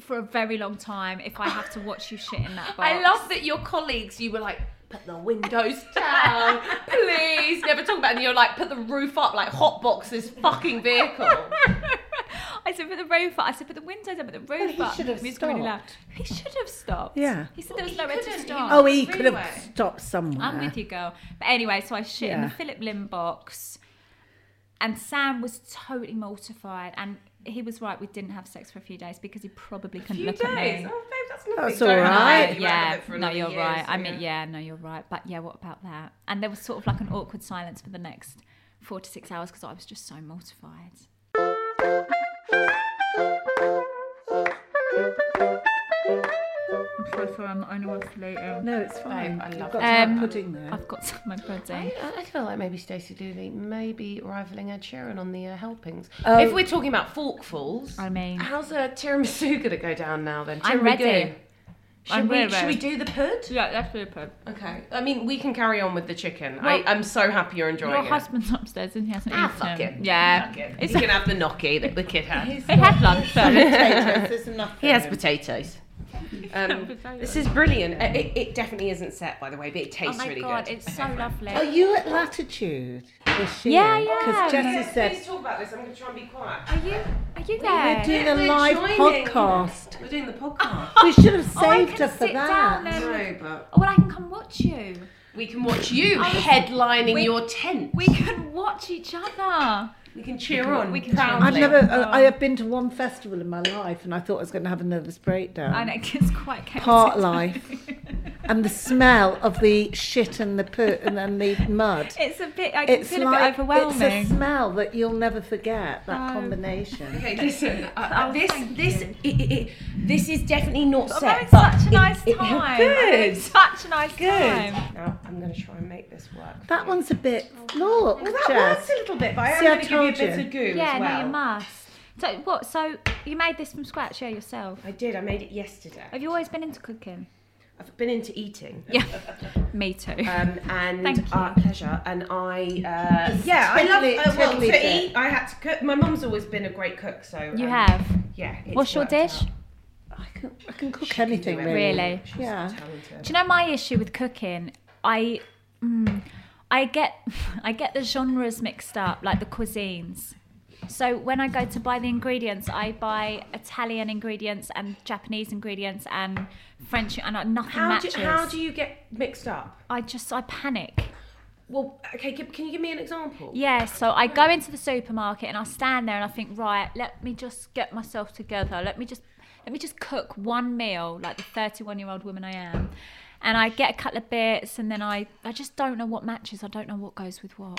Speaker 5: for a very long time if I have to watch you shit in that box."
Speaker 1: I love that your colleagues, you were like, put the windows down, please, never talk about it. And you're like, put the roof up, like hotbox this fucking vehicle.
Speaker 5: I said, put the roof up. I said, put the windows up, put the roof
Speaker 4: he
Speaker 5: up.
Speaker 4: should have
Speaker 5: He was really loud.
Speaker 4: stopped.
Speaker 5: He should have stopped.
Speaker 4: Yeah.
Speaker 5: He said there was nowhere to
Speaker 1: couldn't. He
Speaker 5: stop.
Speaker 4: Oh, he could
Speaker 1: Freeway.
Speaker 4: have stopped somewhere.
Speaker 5: I'm with you, girl. But anyway, so I shit in the
Speaker 4: Yeah.
Speaker 5: Philip Lim box, and Sam was totally mortified, and he was right. We didn't have sex for a few days because he probably couldn't look
Speaker 1: Oh,
Speaker 5: at me.
Speaker 1: that's
Speaker 4: That's all right.
Speaker 5: Yeah, no, you're right. I mean, yeah, no, you're right. But yeah, what about that? And there was sort of like an awkward silence for the next four to six hours because I was just so mortified.
Speaker 8: I'm so sorry, I'm the only one um. slating.
Speaker 4: No, it's fine.
Speaker 1: I
Speaker 4: you've
Speaker 1: love
Speaker 4: got to
Speaker 5: Um,
Speaker 4: have pudding there.
Speaker 5: I've got some of my pudding.
Speaker 1: I, I feel like maybe Stacey Dooley may be rivaling Ed Sheeran on the uh, helpings.
Speaker 4: Oh.
Speaker 1: If we're talking about forkfuls,
Speaker 5: I mean-
Speaker 1: how's a tiramisu going to go down now then?
Speaker 5: I'm ready.
Speaker 1: Tiramisu. Should,
Speaker 8: I'm
Speaker 1: we,
Speaker 8: ready.
Speaker 1: should we do the pud?
Speaker 8: Yeah, that's really pub.
Speaker 1: Okay. I mean, we can carry on with the chicken. I,
Speaker 5: Well-
Speaker 1: I'm so happy you're enjoying
Speaker 8: Your
Speaker 1: it.
Speaker 8: husband's upstairs and he hasn't
Speaker 1: Ah,
Speaker 8: eaten.
Speaker 1: fuck it.
Speaker 8: Yeah.
Speaker 1: Fuck it. He can have the gnocchi that the kid had.
Speaker 8: He had lunch though.
Speaker 4: potatoes, there's enough.
Speaker 1: He has potatoes. Um, this is brilliant. Uh, It, it definitely isn't set, by the way, but it
Speaker 5: Oh
Speaker 1: tastes
Speaker 5: my
Speaker 1: really
Speaker 5: god,
Speaker 1: good.
Speaker 5: it's so lovely.
Speaker 4: Are you at latitude this year?
Speaker 5: Yeah, yeah.
Speaker 4: Because Jessie said
Speaker 1: talk about this. I'm going to try and be quiet.
Speaker 5: Are you? Are
Speaker 4: we're
Speaker 5: you there?
Speaker 4: doing
Speaker 1: Yeah,
Speaker 4: a
Speaker 1: we're
Speaker 4: live
Speaker 1: joining.
Speaker 4: podcast.
Speaker 1: We're doing the podcast.
Speaker 4: We should have
Speaker 5: Oh, I
Speaker 4: saved her
Speaker 5: can
Speaker 4: for
Speaker 5: sit
Speaker 4: that.
Speaker 5: down then.
Speaker 1: no, but
Speaker 5: Oh, Well, I can come watch you.
Speaker 1: we can watch you
Speaker 5: I was-
Speaker 1: headlining
Speaker 5: we-
Speaker 1: your tent.
Speaker 5: We can watch each other.
Speaker 1: We can cheer on.
Speaker 5: we can cheer on.
Speaker 4: I've
Speaker 1: proudly.
Speaker 4: never. Uh, I have been to one festival in my life, and I thought I was going to have a nervous breakdown.
Speaker 5: I know it's quite chaotic.
Speaker 4: Part life, and the smell of the shit and the poo and then the mud.
Speaker 5: It's a bit. I can
Speaker 4: It's
Speaker 5: feel a
Speaker 4: like
Speaker 5: bit overwhelming. Um,
Speaker 4: it's a smell that you'll never forget. That combination.
Speaker 1: Okay, listen. uh, Uh,
Speaker 5: Oh,
Speaker 1: this
Speaker 5: thank
Speaker 1: this
Speaker 5: you.
Speaker 1: it, it, it, this is definitely not
Speaker 5: But I'm
Speaker 1: set.
Speaker 5: having
Speaker 1: but
Speaker 5: such a nice
Speaker 1: it,
Speaker 5: time.
Speaker 1: It,
Speaker 5: It's
Speaker 1: good.
Speaker 5: Such a nice
Speaker 1: Good.
Speaker 5: time.
Speaker 1: Now I'm going to try and make this work.
Speaker 4: That one's a bit. Look,
Speaker 1: Well, that
Speaker 4: Jess.
Speaker 1: works a little bit, but I
Speaker 4: See,
Speaker 1: am
Speaker 4: I
Speaker 1: going to give you a
Speaker 4: told
Speaker 1: bit
Speaker 4: you.
Speaker 1: of goo
Speaker 5: Yeah,
Speaker 1: as well.
Speaker 5: no, you must. So what? So you made this from scratch, yeah, yourself.
Speaker 1: I did. I made it yesterday.
Speaker 5: Have you always been into cooking?
Speaker 1: I've been into eating.
Speaker 5: Yeah. Me too.
Speaker 1: Um, and
Speaker 5: Thank you.
Speaker 1: Uh, pleasure. And I, uh, yeah, I love
Speaker 4: totally-
Speaker 1: uh, well,
Speaker 4: totally
Speaker 1: to
Speaker 4: fit.
Speaker 1: eat. I had to cook. My mum's always been a great cook, so um,
Speaker 5: you have.
Speaker 1: Yeah. it's
Speaker 5: What's your
Speaker 1: worked
Speaker 5: dish?
Speaker 1: out.
Speaker 4: I can, I can cook anything
Speaker 1: do
Speaker 4: really.
Speaker 5: Really?
Speaker 1: She's
Speaker 4: Yeah.
Speaker 1: talented.
Speaker 5: Do you know my issue with cooking? I, mm, I get, I get the genres mixed up, like the cuisines. So when I go to buy the ingredients, I buy Italian ingredients and Japanese ingredients and French, and uh, nothing
Speaker 1: How do,
Speaker 5: matches.
Speaker 1: how do you get mixed up?
Speaker 5: I just I panic.
Speaker 1: Well, okay. Can, can you give me an example?
Speaker 5: Yeah, so I go into the supermarket and I stand there and I think, right, let me just get myself together. Let me just let me just cook one meal like the 31-year-old woman I am. And I get a couple of bits and then I I just don't know what matches. I don't know what goes with what.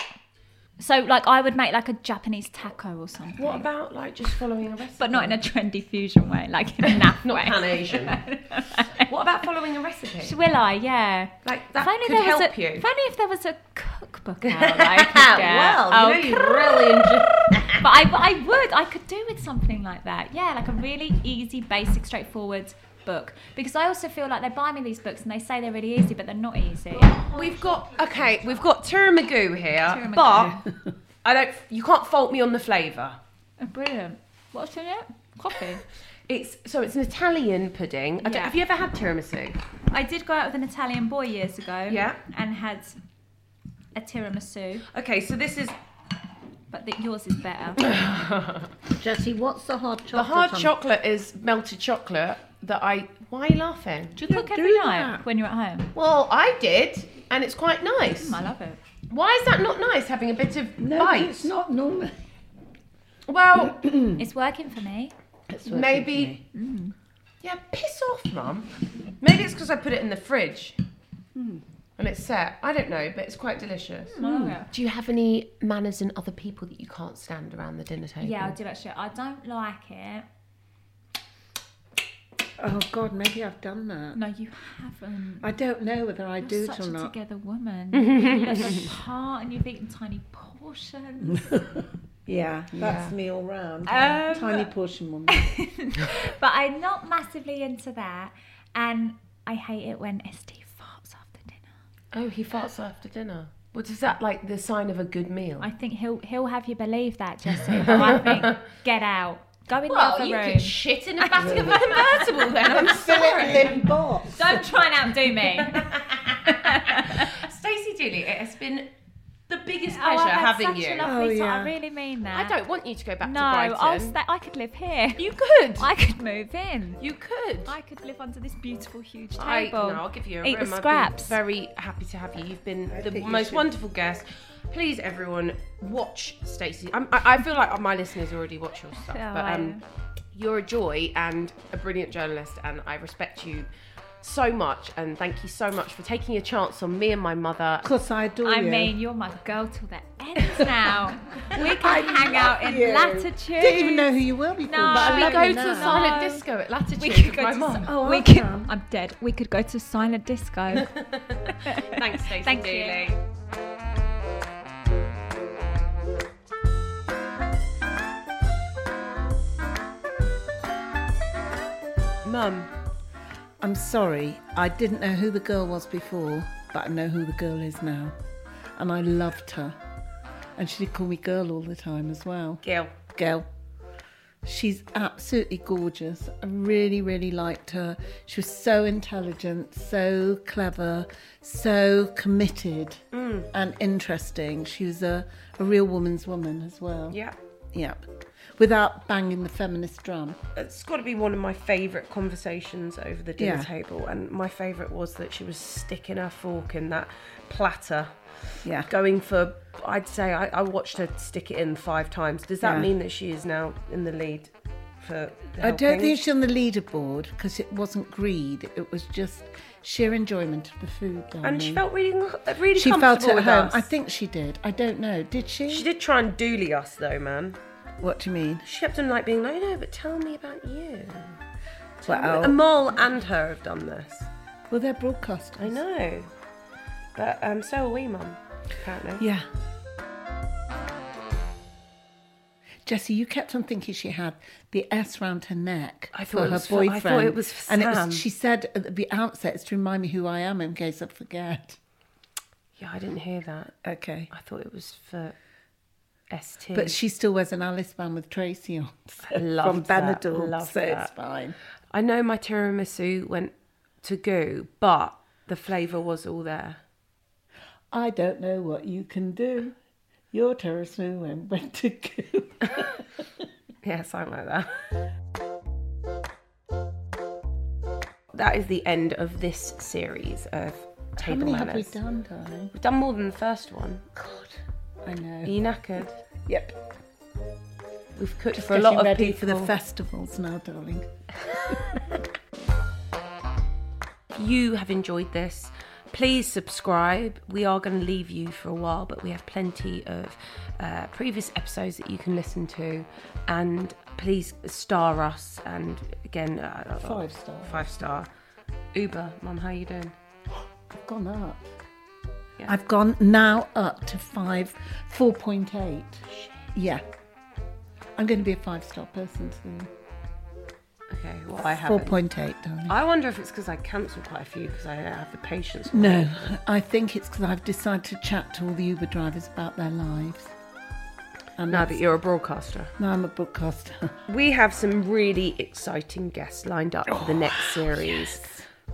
Speaker 5: So like I would make like a Japanese taco or something.
Speaker 1: What about like just following a recipe?
Speaker 5: But not in a trendy fusion way, like in a naff
Speaker 1: not
Speaker 5: way.
Speaker 1: pan Asian. what about following a recipe?
Speaker 5: Will I? Yeah.
Speaker 1: Like that
Speaker 5: if only
Speaker 1: could
Speaker 5: there was
Speaker 1: help
Speaker 5: a,
Speaker 1: you.
Speaker 5: If only if there was a cookbook out that I could get.
Speaker 1: well, you know you really enjoy.
Speaker 5: but I, I would, I could do with something like that. Yeah, like a really easy, basic, straightforward book. Because I also feel like they buy me these books and they say they're really easy, but they're not easy. Oh,
Speaker 1: We've got okay. We've got tiramisu here,
Speaker 5: Tiramisu.
Speaker 1: but I don't. You can't fault me on the flavour.
Speaker 5: Oh, brilliant. What's in it? Coffee.
Speaker 1: It's so it's an Italian pudding. I don't-
Speaker 5: Yeah.
Speaker 1: Have you ever had tiramisu?
Speaker 5: I did go out with an Italian boy years ago.
Speaker 1: Yeah.
Speaker 5: And had a tiramisu,
Speaker 1: Okay, so this is
Speaker 5: but the, yours is better.
Speaker 4: Jessie, what's the hard chocolate?
Speaker 1: the hard
Speaker 4: on-
Speaker 1: chocolate is melted chocolate that I. Why are you laughing?
Speaker 5: Do you cook
Speaker 4: do
Speaker 5: every night
Speaker 4: that.
Speaker 5: when you're at home?
Speaker 1: Well, I did, and it's quite nice.
Speaker 5: I love it.
Speaker 1: Why is that not nice? Having a bit of
Speaker 4: No,
Speaker 1: bite.
Speaker 4: it's not normal.
Speaker 1: Well,
Speaker 4: Hmm.
Speaker 5: It's working for me.
Speaker 1: maybe. Mm. Yeah, piss off, mum. Maybe it's because I put it in the fridge, Hmm. and it's set. I don't know, but it's quite delicious.
Speaker 5: I
Speaker 4: Hmm.
Speaker 5: love it.
Speaker 1: Do you have any manners in other people that you can't stand around the dinner table?
Speaker 5: Yeah, I do actually. I don't like it
Speaker 4: Oh God, maybe I've done that.
Speaker 5: No, you haven't.
Speaker 4: I don't know whether I
Speaker 5: You're
Speaker 4: do
Speaker 5: such
Speaker 4: it or
Speaker 5: a
Speaker 4: not.
Speaker 5: together woman. you live apart and you've eaten tiny portions.
Speaker 4: Yeah, that's me all round.
Speaker 5: Um,
Speaker 4: Tiny portion woman.
Speaker 5: but I'm not massively into that. And I hate it when SD farts after dinner.
Speaker 1: Oh, he farts after dinner. Well, is that like the sign of a good meal?
Speaker 5: I think he'll he'll have you believe that, Jesse. But I think get out. Go in the
Speaker 9: Well,
Speaker 5: other
Speaker 9: you
Speaker 5: room.
Speaker 9: could shit in a basket of a convertible then. I'm sorry.
Speaker 4: Limb box.
Speaker 5: Don't try and outdo me.
Speaker 9: Stacey Dooley, it has been the biggest
Speaker 5: Oh, I've
Speaker 9: pleasure
Speaker 5: had
Speaker 9: having
Speaker 5: such
Speaker 9: you.
Speaker 5: A lovely
Speaker 4: Oh,
Speaker 5: time.
Speaker 4: yeah.
Speaker 5: I really mean that.
Speaker 1: I don't want you to go back
Speaker 5: No,
Speaker 1: to Brighton.
Speaker 5: I'll stay. I could live here.
Speaker 1: You could.
Speaker 5: I could move in.
Speaker 1: you could.
Speaker 5: I could live under this beautiful, huge table.
Speaker 1: I, no, I'll give you a room.
Speaker 5: Eat the
Speaker 1: I've been
Speaker 5: scraps.
Speaker 1: very happy to have you. You've been the
Speaker 4: think you
Speaker 1: most
Speaker 4: should.
Speaker 1: wonderful guest. Please, everyone, watch Stacey. I'm- I, I feel like my listeners already watch your stuff,
Speaker 5: Oh,
Speaker 1: but
Speaker 5: I-
Speaker 1: um, you're a joy and a brilliant journalist, and I respect you so much. And thank you so much for taking a chance on me and my mother.
Speaker 4: Of course, I adore
Speaker 5: I
Speaker 4: you.
Speaker 5: mean, you're my girl till the end now. we can hang out in
Speaker 4: you.
Speaker 5: latitude.
Speaker 4: Didn't even know who you were before.
Speaker 5: No.
Speaker 4: but I
Speaker 5: Should
Speaker 1: uh, We
Speaker 4: love
Speaker 1: go
Speaker 4: you
Speaker 1: to
Speaker 4: now.
Speaker 1: a silent
Speaker 5: No.
Speaker 1: disco at Latitude
Speaker 5: We could
Speaker 1: with
Speaker 5: go
Speaker 1: my
Speaker 5: to.
Speaker 1: mum.
Speaker 4: Oh,
Speaker 5: we
Speaker 4: I'll
Speaker 5: could,
Speaker 4: come.
Speaker 5: I'm dead. We could go to silent disco.
Speaker 1: Thanks, Stacey.
Speaker 5: Thank you.
Speaker 1: Dooley. Mum.
Speaker 4: I'm sorry, I didn't know who the girl was before, but I know who the girl is now. And I loved her. And she did call me girl all the time as well.
Speaker 1: Gail.
Speaker 4: Girl. She's absolutely gorgeous. I really, really liked her. She was so intelligent, so clever, so committed and interesting. She was a, a real woman's woman as well.
Speaker 1: Yeah.
Speaker 4: Yep. Without banging the feminist drum.
Speaker 1: It's got to be one of my favourite conversations over the dinner
Speaker 4: Yeah.
Speaker 1: table. And my favourite was that she was sticking her fork in that platter,
Speaker 4: Yeah.
Speaker 1: going for, I'd say, I, I watched her stick it in five times. Does that
Speaker 4: Yeah.
Speaker 1: mean that she is now in the lead for.
Speaker 4: I don't
Speaker 1: helping?
Speaker 4: think she's on the leaderboard because it wasn't greed. It was just sheer enjoyment of the food. darling.
Speaker 1: And she felt really, really
Speaker 4: she
Speaker 1: comfortable
Speaker 4: felt at
Speaker 1: with
Speaker 4: home.
Speaker 1: us.
Speaker 4: I think she did. I don't know. Did she?
Speaker 1: She did try and dooley us though, man.
Speaker 4: What do you mean?
Speaker 1: She kept on like being like, no, but tell me about you.
Speaker 4: Well,
Speaker 1: Amal and her have done this.
Speaker 4: well, they're broadcasters.
Speaker 1: I know. But um, so are we, mum. Apparently.
Speaker 4: Yeah. Jessie, you kept on thinking she had the S round her neck
Speaker 1: I
Speaker 4: for
Speaker 1: thought it
Speaker 4: her
Speaker 1: was for- I
Speaker 4: boyfriend.
Speaker 1: thought it was for
Speaker 4: and
Speaker 1: Sam.
Speaker 4: she said at the outset, "It's to remind me who I am in case I forget."
Speaker 1: Yeah, I didn't hear that.
Speaker 4: Okay.
Speaker 1: I thought it was for ST.
Speaker 4: But she still wears an Alice band with Tracy on.
Speaker 1: I
Speaker 4: from
Speaker 1: loved that,
Speaker 4: Benidorm,
Speaker 1: loved
Speaker 4: so it's
Speaker 1: that.
Speaker 4: fine.
Speaker 1: I know my tiramisu went to goo, but the flavour was all there.
Speaker 4: I don't know what you can do. Your tiramisu went, went to goo.
Speaker 1: Yeah, something like that. That is the end of this series of
Speaker 4: How
Speaker 1: table
Speaker 4: many have we
Speaker 1: manners.
Speaker 4: done, darling?
Speaker 1: We've done more than the first one.
Speaker 4: I know.
Speaker 1: Are you knackered?
Speaker 4: Yep.
Speaker 1: We've cooked
Speaker 4: Just
Speaker 1: for a lot
Speaker 4: getting
Speaker 1: of
Speaker 4: ready
Speaker 1: people.
Speaker 4: for the festivals now, darling.
Speaker 1: If you have enjoyed this, please subscribe. We are going to leave you for a while, but we have plenty of uh, previous episodes that you can listen to. And please star us. And again, uh,
Speaker 4: Five stars.
Speaker 1: Five star. Uber, mum, how you doing?
Speaker 4: I've gone up.
Speaker 1: Yeah.
Speaker 4: I've gone now up to five, 4.8. Yeah. I'm going to be a five star person soon.
Speaker 1: Okay, well I haven't.
Speaker 4: 4.8, darling.
Speaker 1: I wonder if it's because I cancelled quite a few because I don't have the patience.
Speaker 4: No, I think it's because I've decided to chat to all the Uber drivers about their lives. And
Speaker 1: Now
Speaker 4: that's-
Speaker 1: that you're a broadcaster.
Speaker 4: now I'm a broadcaster.
Speaker 1: We have some really exciting guests lined up for the next series.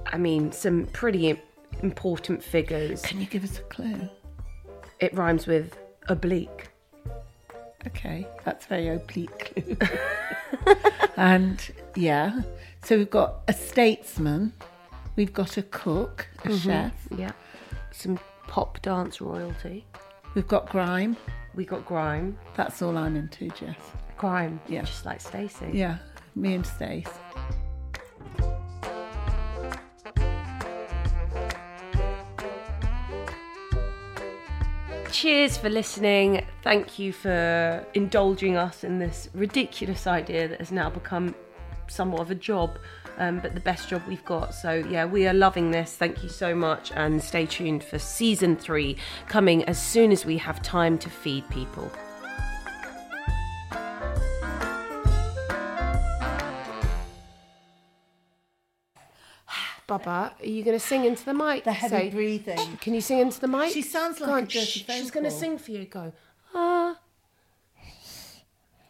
Speaker 1: I mean, some pretty im- important figures.
Speaker 4: Can you give us a clue?
Speaker 1: It rhymes with oblique.
Speaker 4: Okay, that's very oblique clue. and yeah, so we've got a statesman, we've got a cook, a chef,
Speaker 1: Yeah. Some pop dance royalty.
Speaker 4: we've got grime.
Speaker 1: We got grime.
Speaker 4: That's all I'm into, Jess.
Speaker 1: Grime.
Speaker 4: Yeah.
Speaker 1: Just like Stacey.
Speaker 4: Yeah, me and Stace.
Speaker 1: Cheers for listening. Thank you for indulging us in this ridiculous idea that has now become somewhat of a job. um, but the best job we've got. So, yeah, we are loving this. Thank you so much. And stay tuned for season three coming as soon as we have time to feed people.
Speaker 2: Baba, are you going to sing into the mic?
Speaker 4: The
Speaker 2: So-
Speaker 4: heavy breathing.
Speaker 2: Um, Can you sing into the mic?
Speaker 4: She sounds like
Speaker 2: Go
Speaker 4: a
Speaker 2: on,
Speaker 4: dirty
Speaker 2: shh,
Speaker 4: phone
Speaker 2: She's going to
Speaker 4: call.
Speaker 2: sing for you. Go. Ah.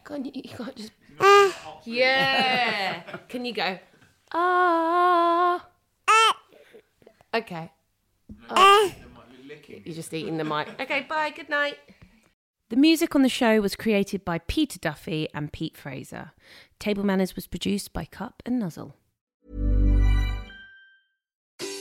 Speaker 2: Can't you, you can't just. yeah. Can you go? Ah. okay. Ah. You're just eating the mic. Okay. Bye. Good night.
Speaker 1: The music on the show was created by Peter Duffy and Pete Fraser. Table Manners was produced by Cup and Nuzzle.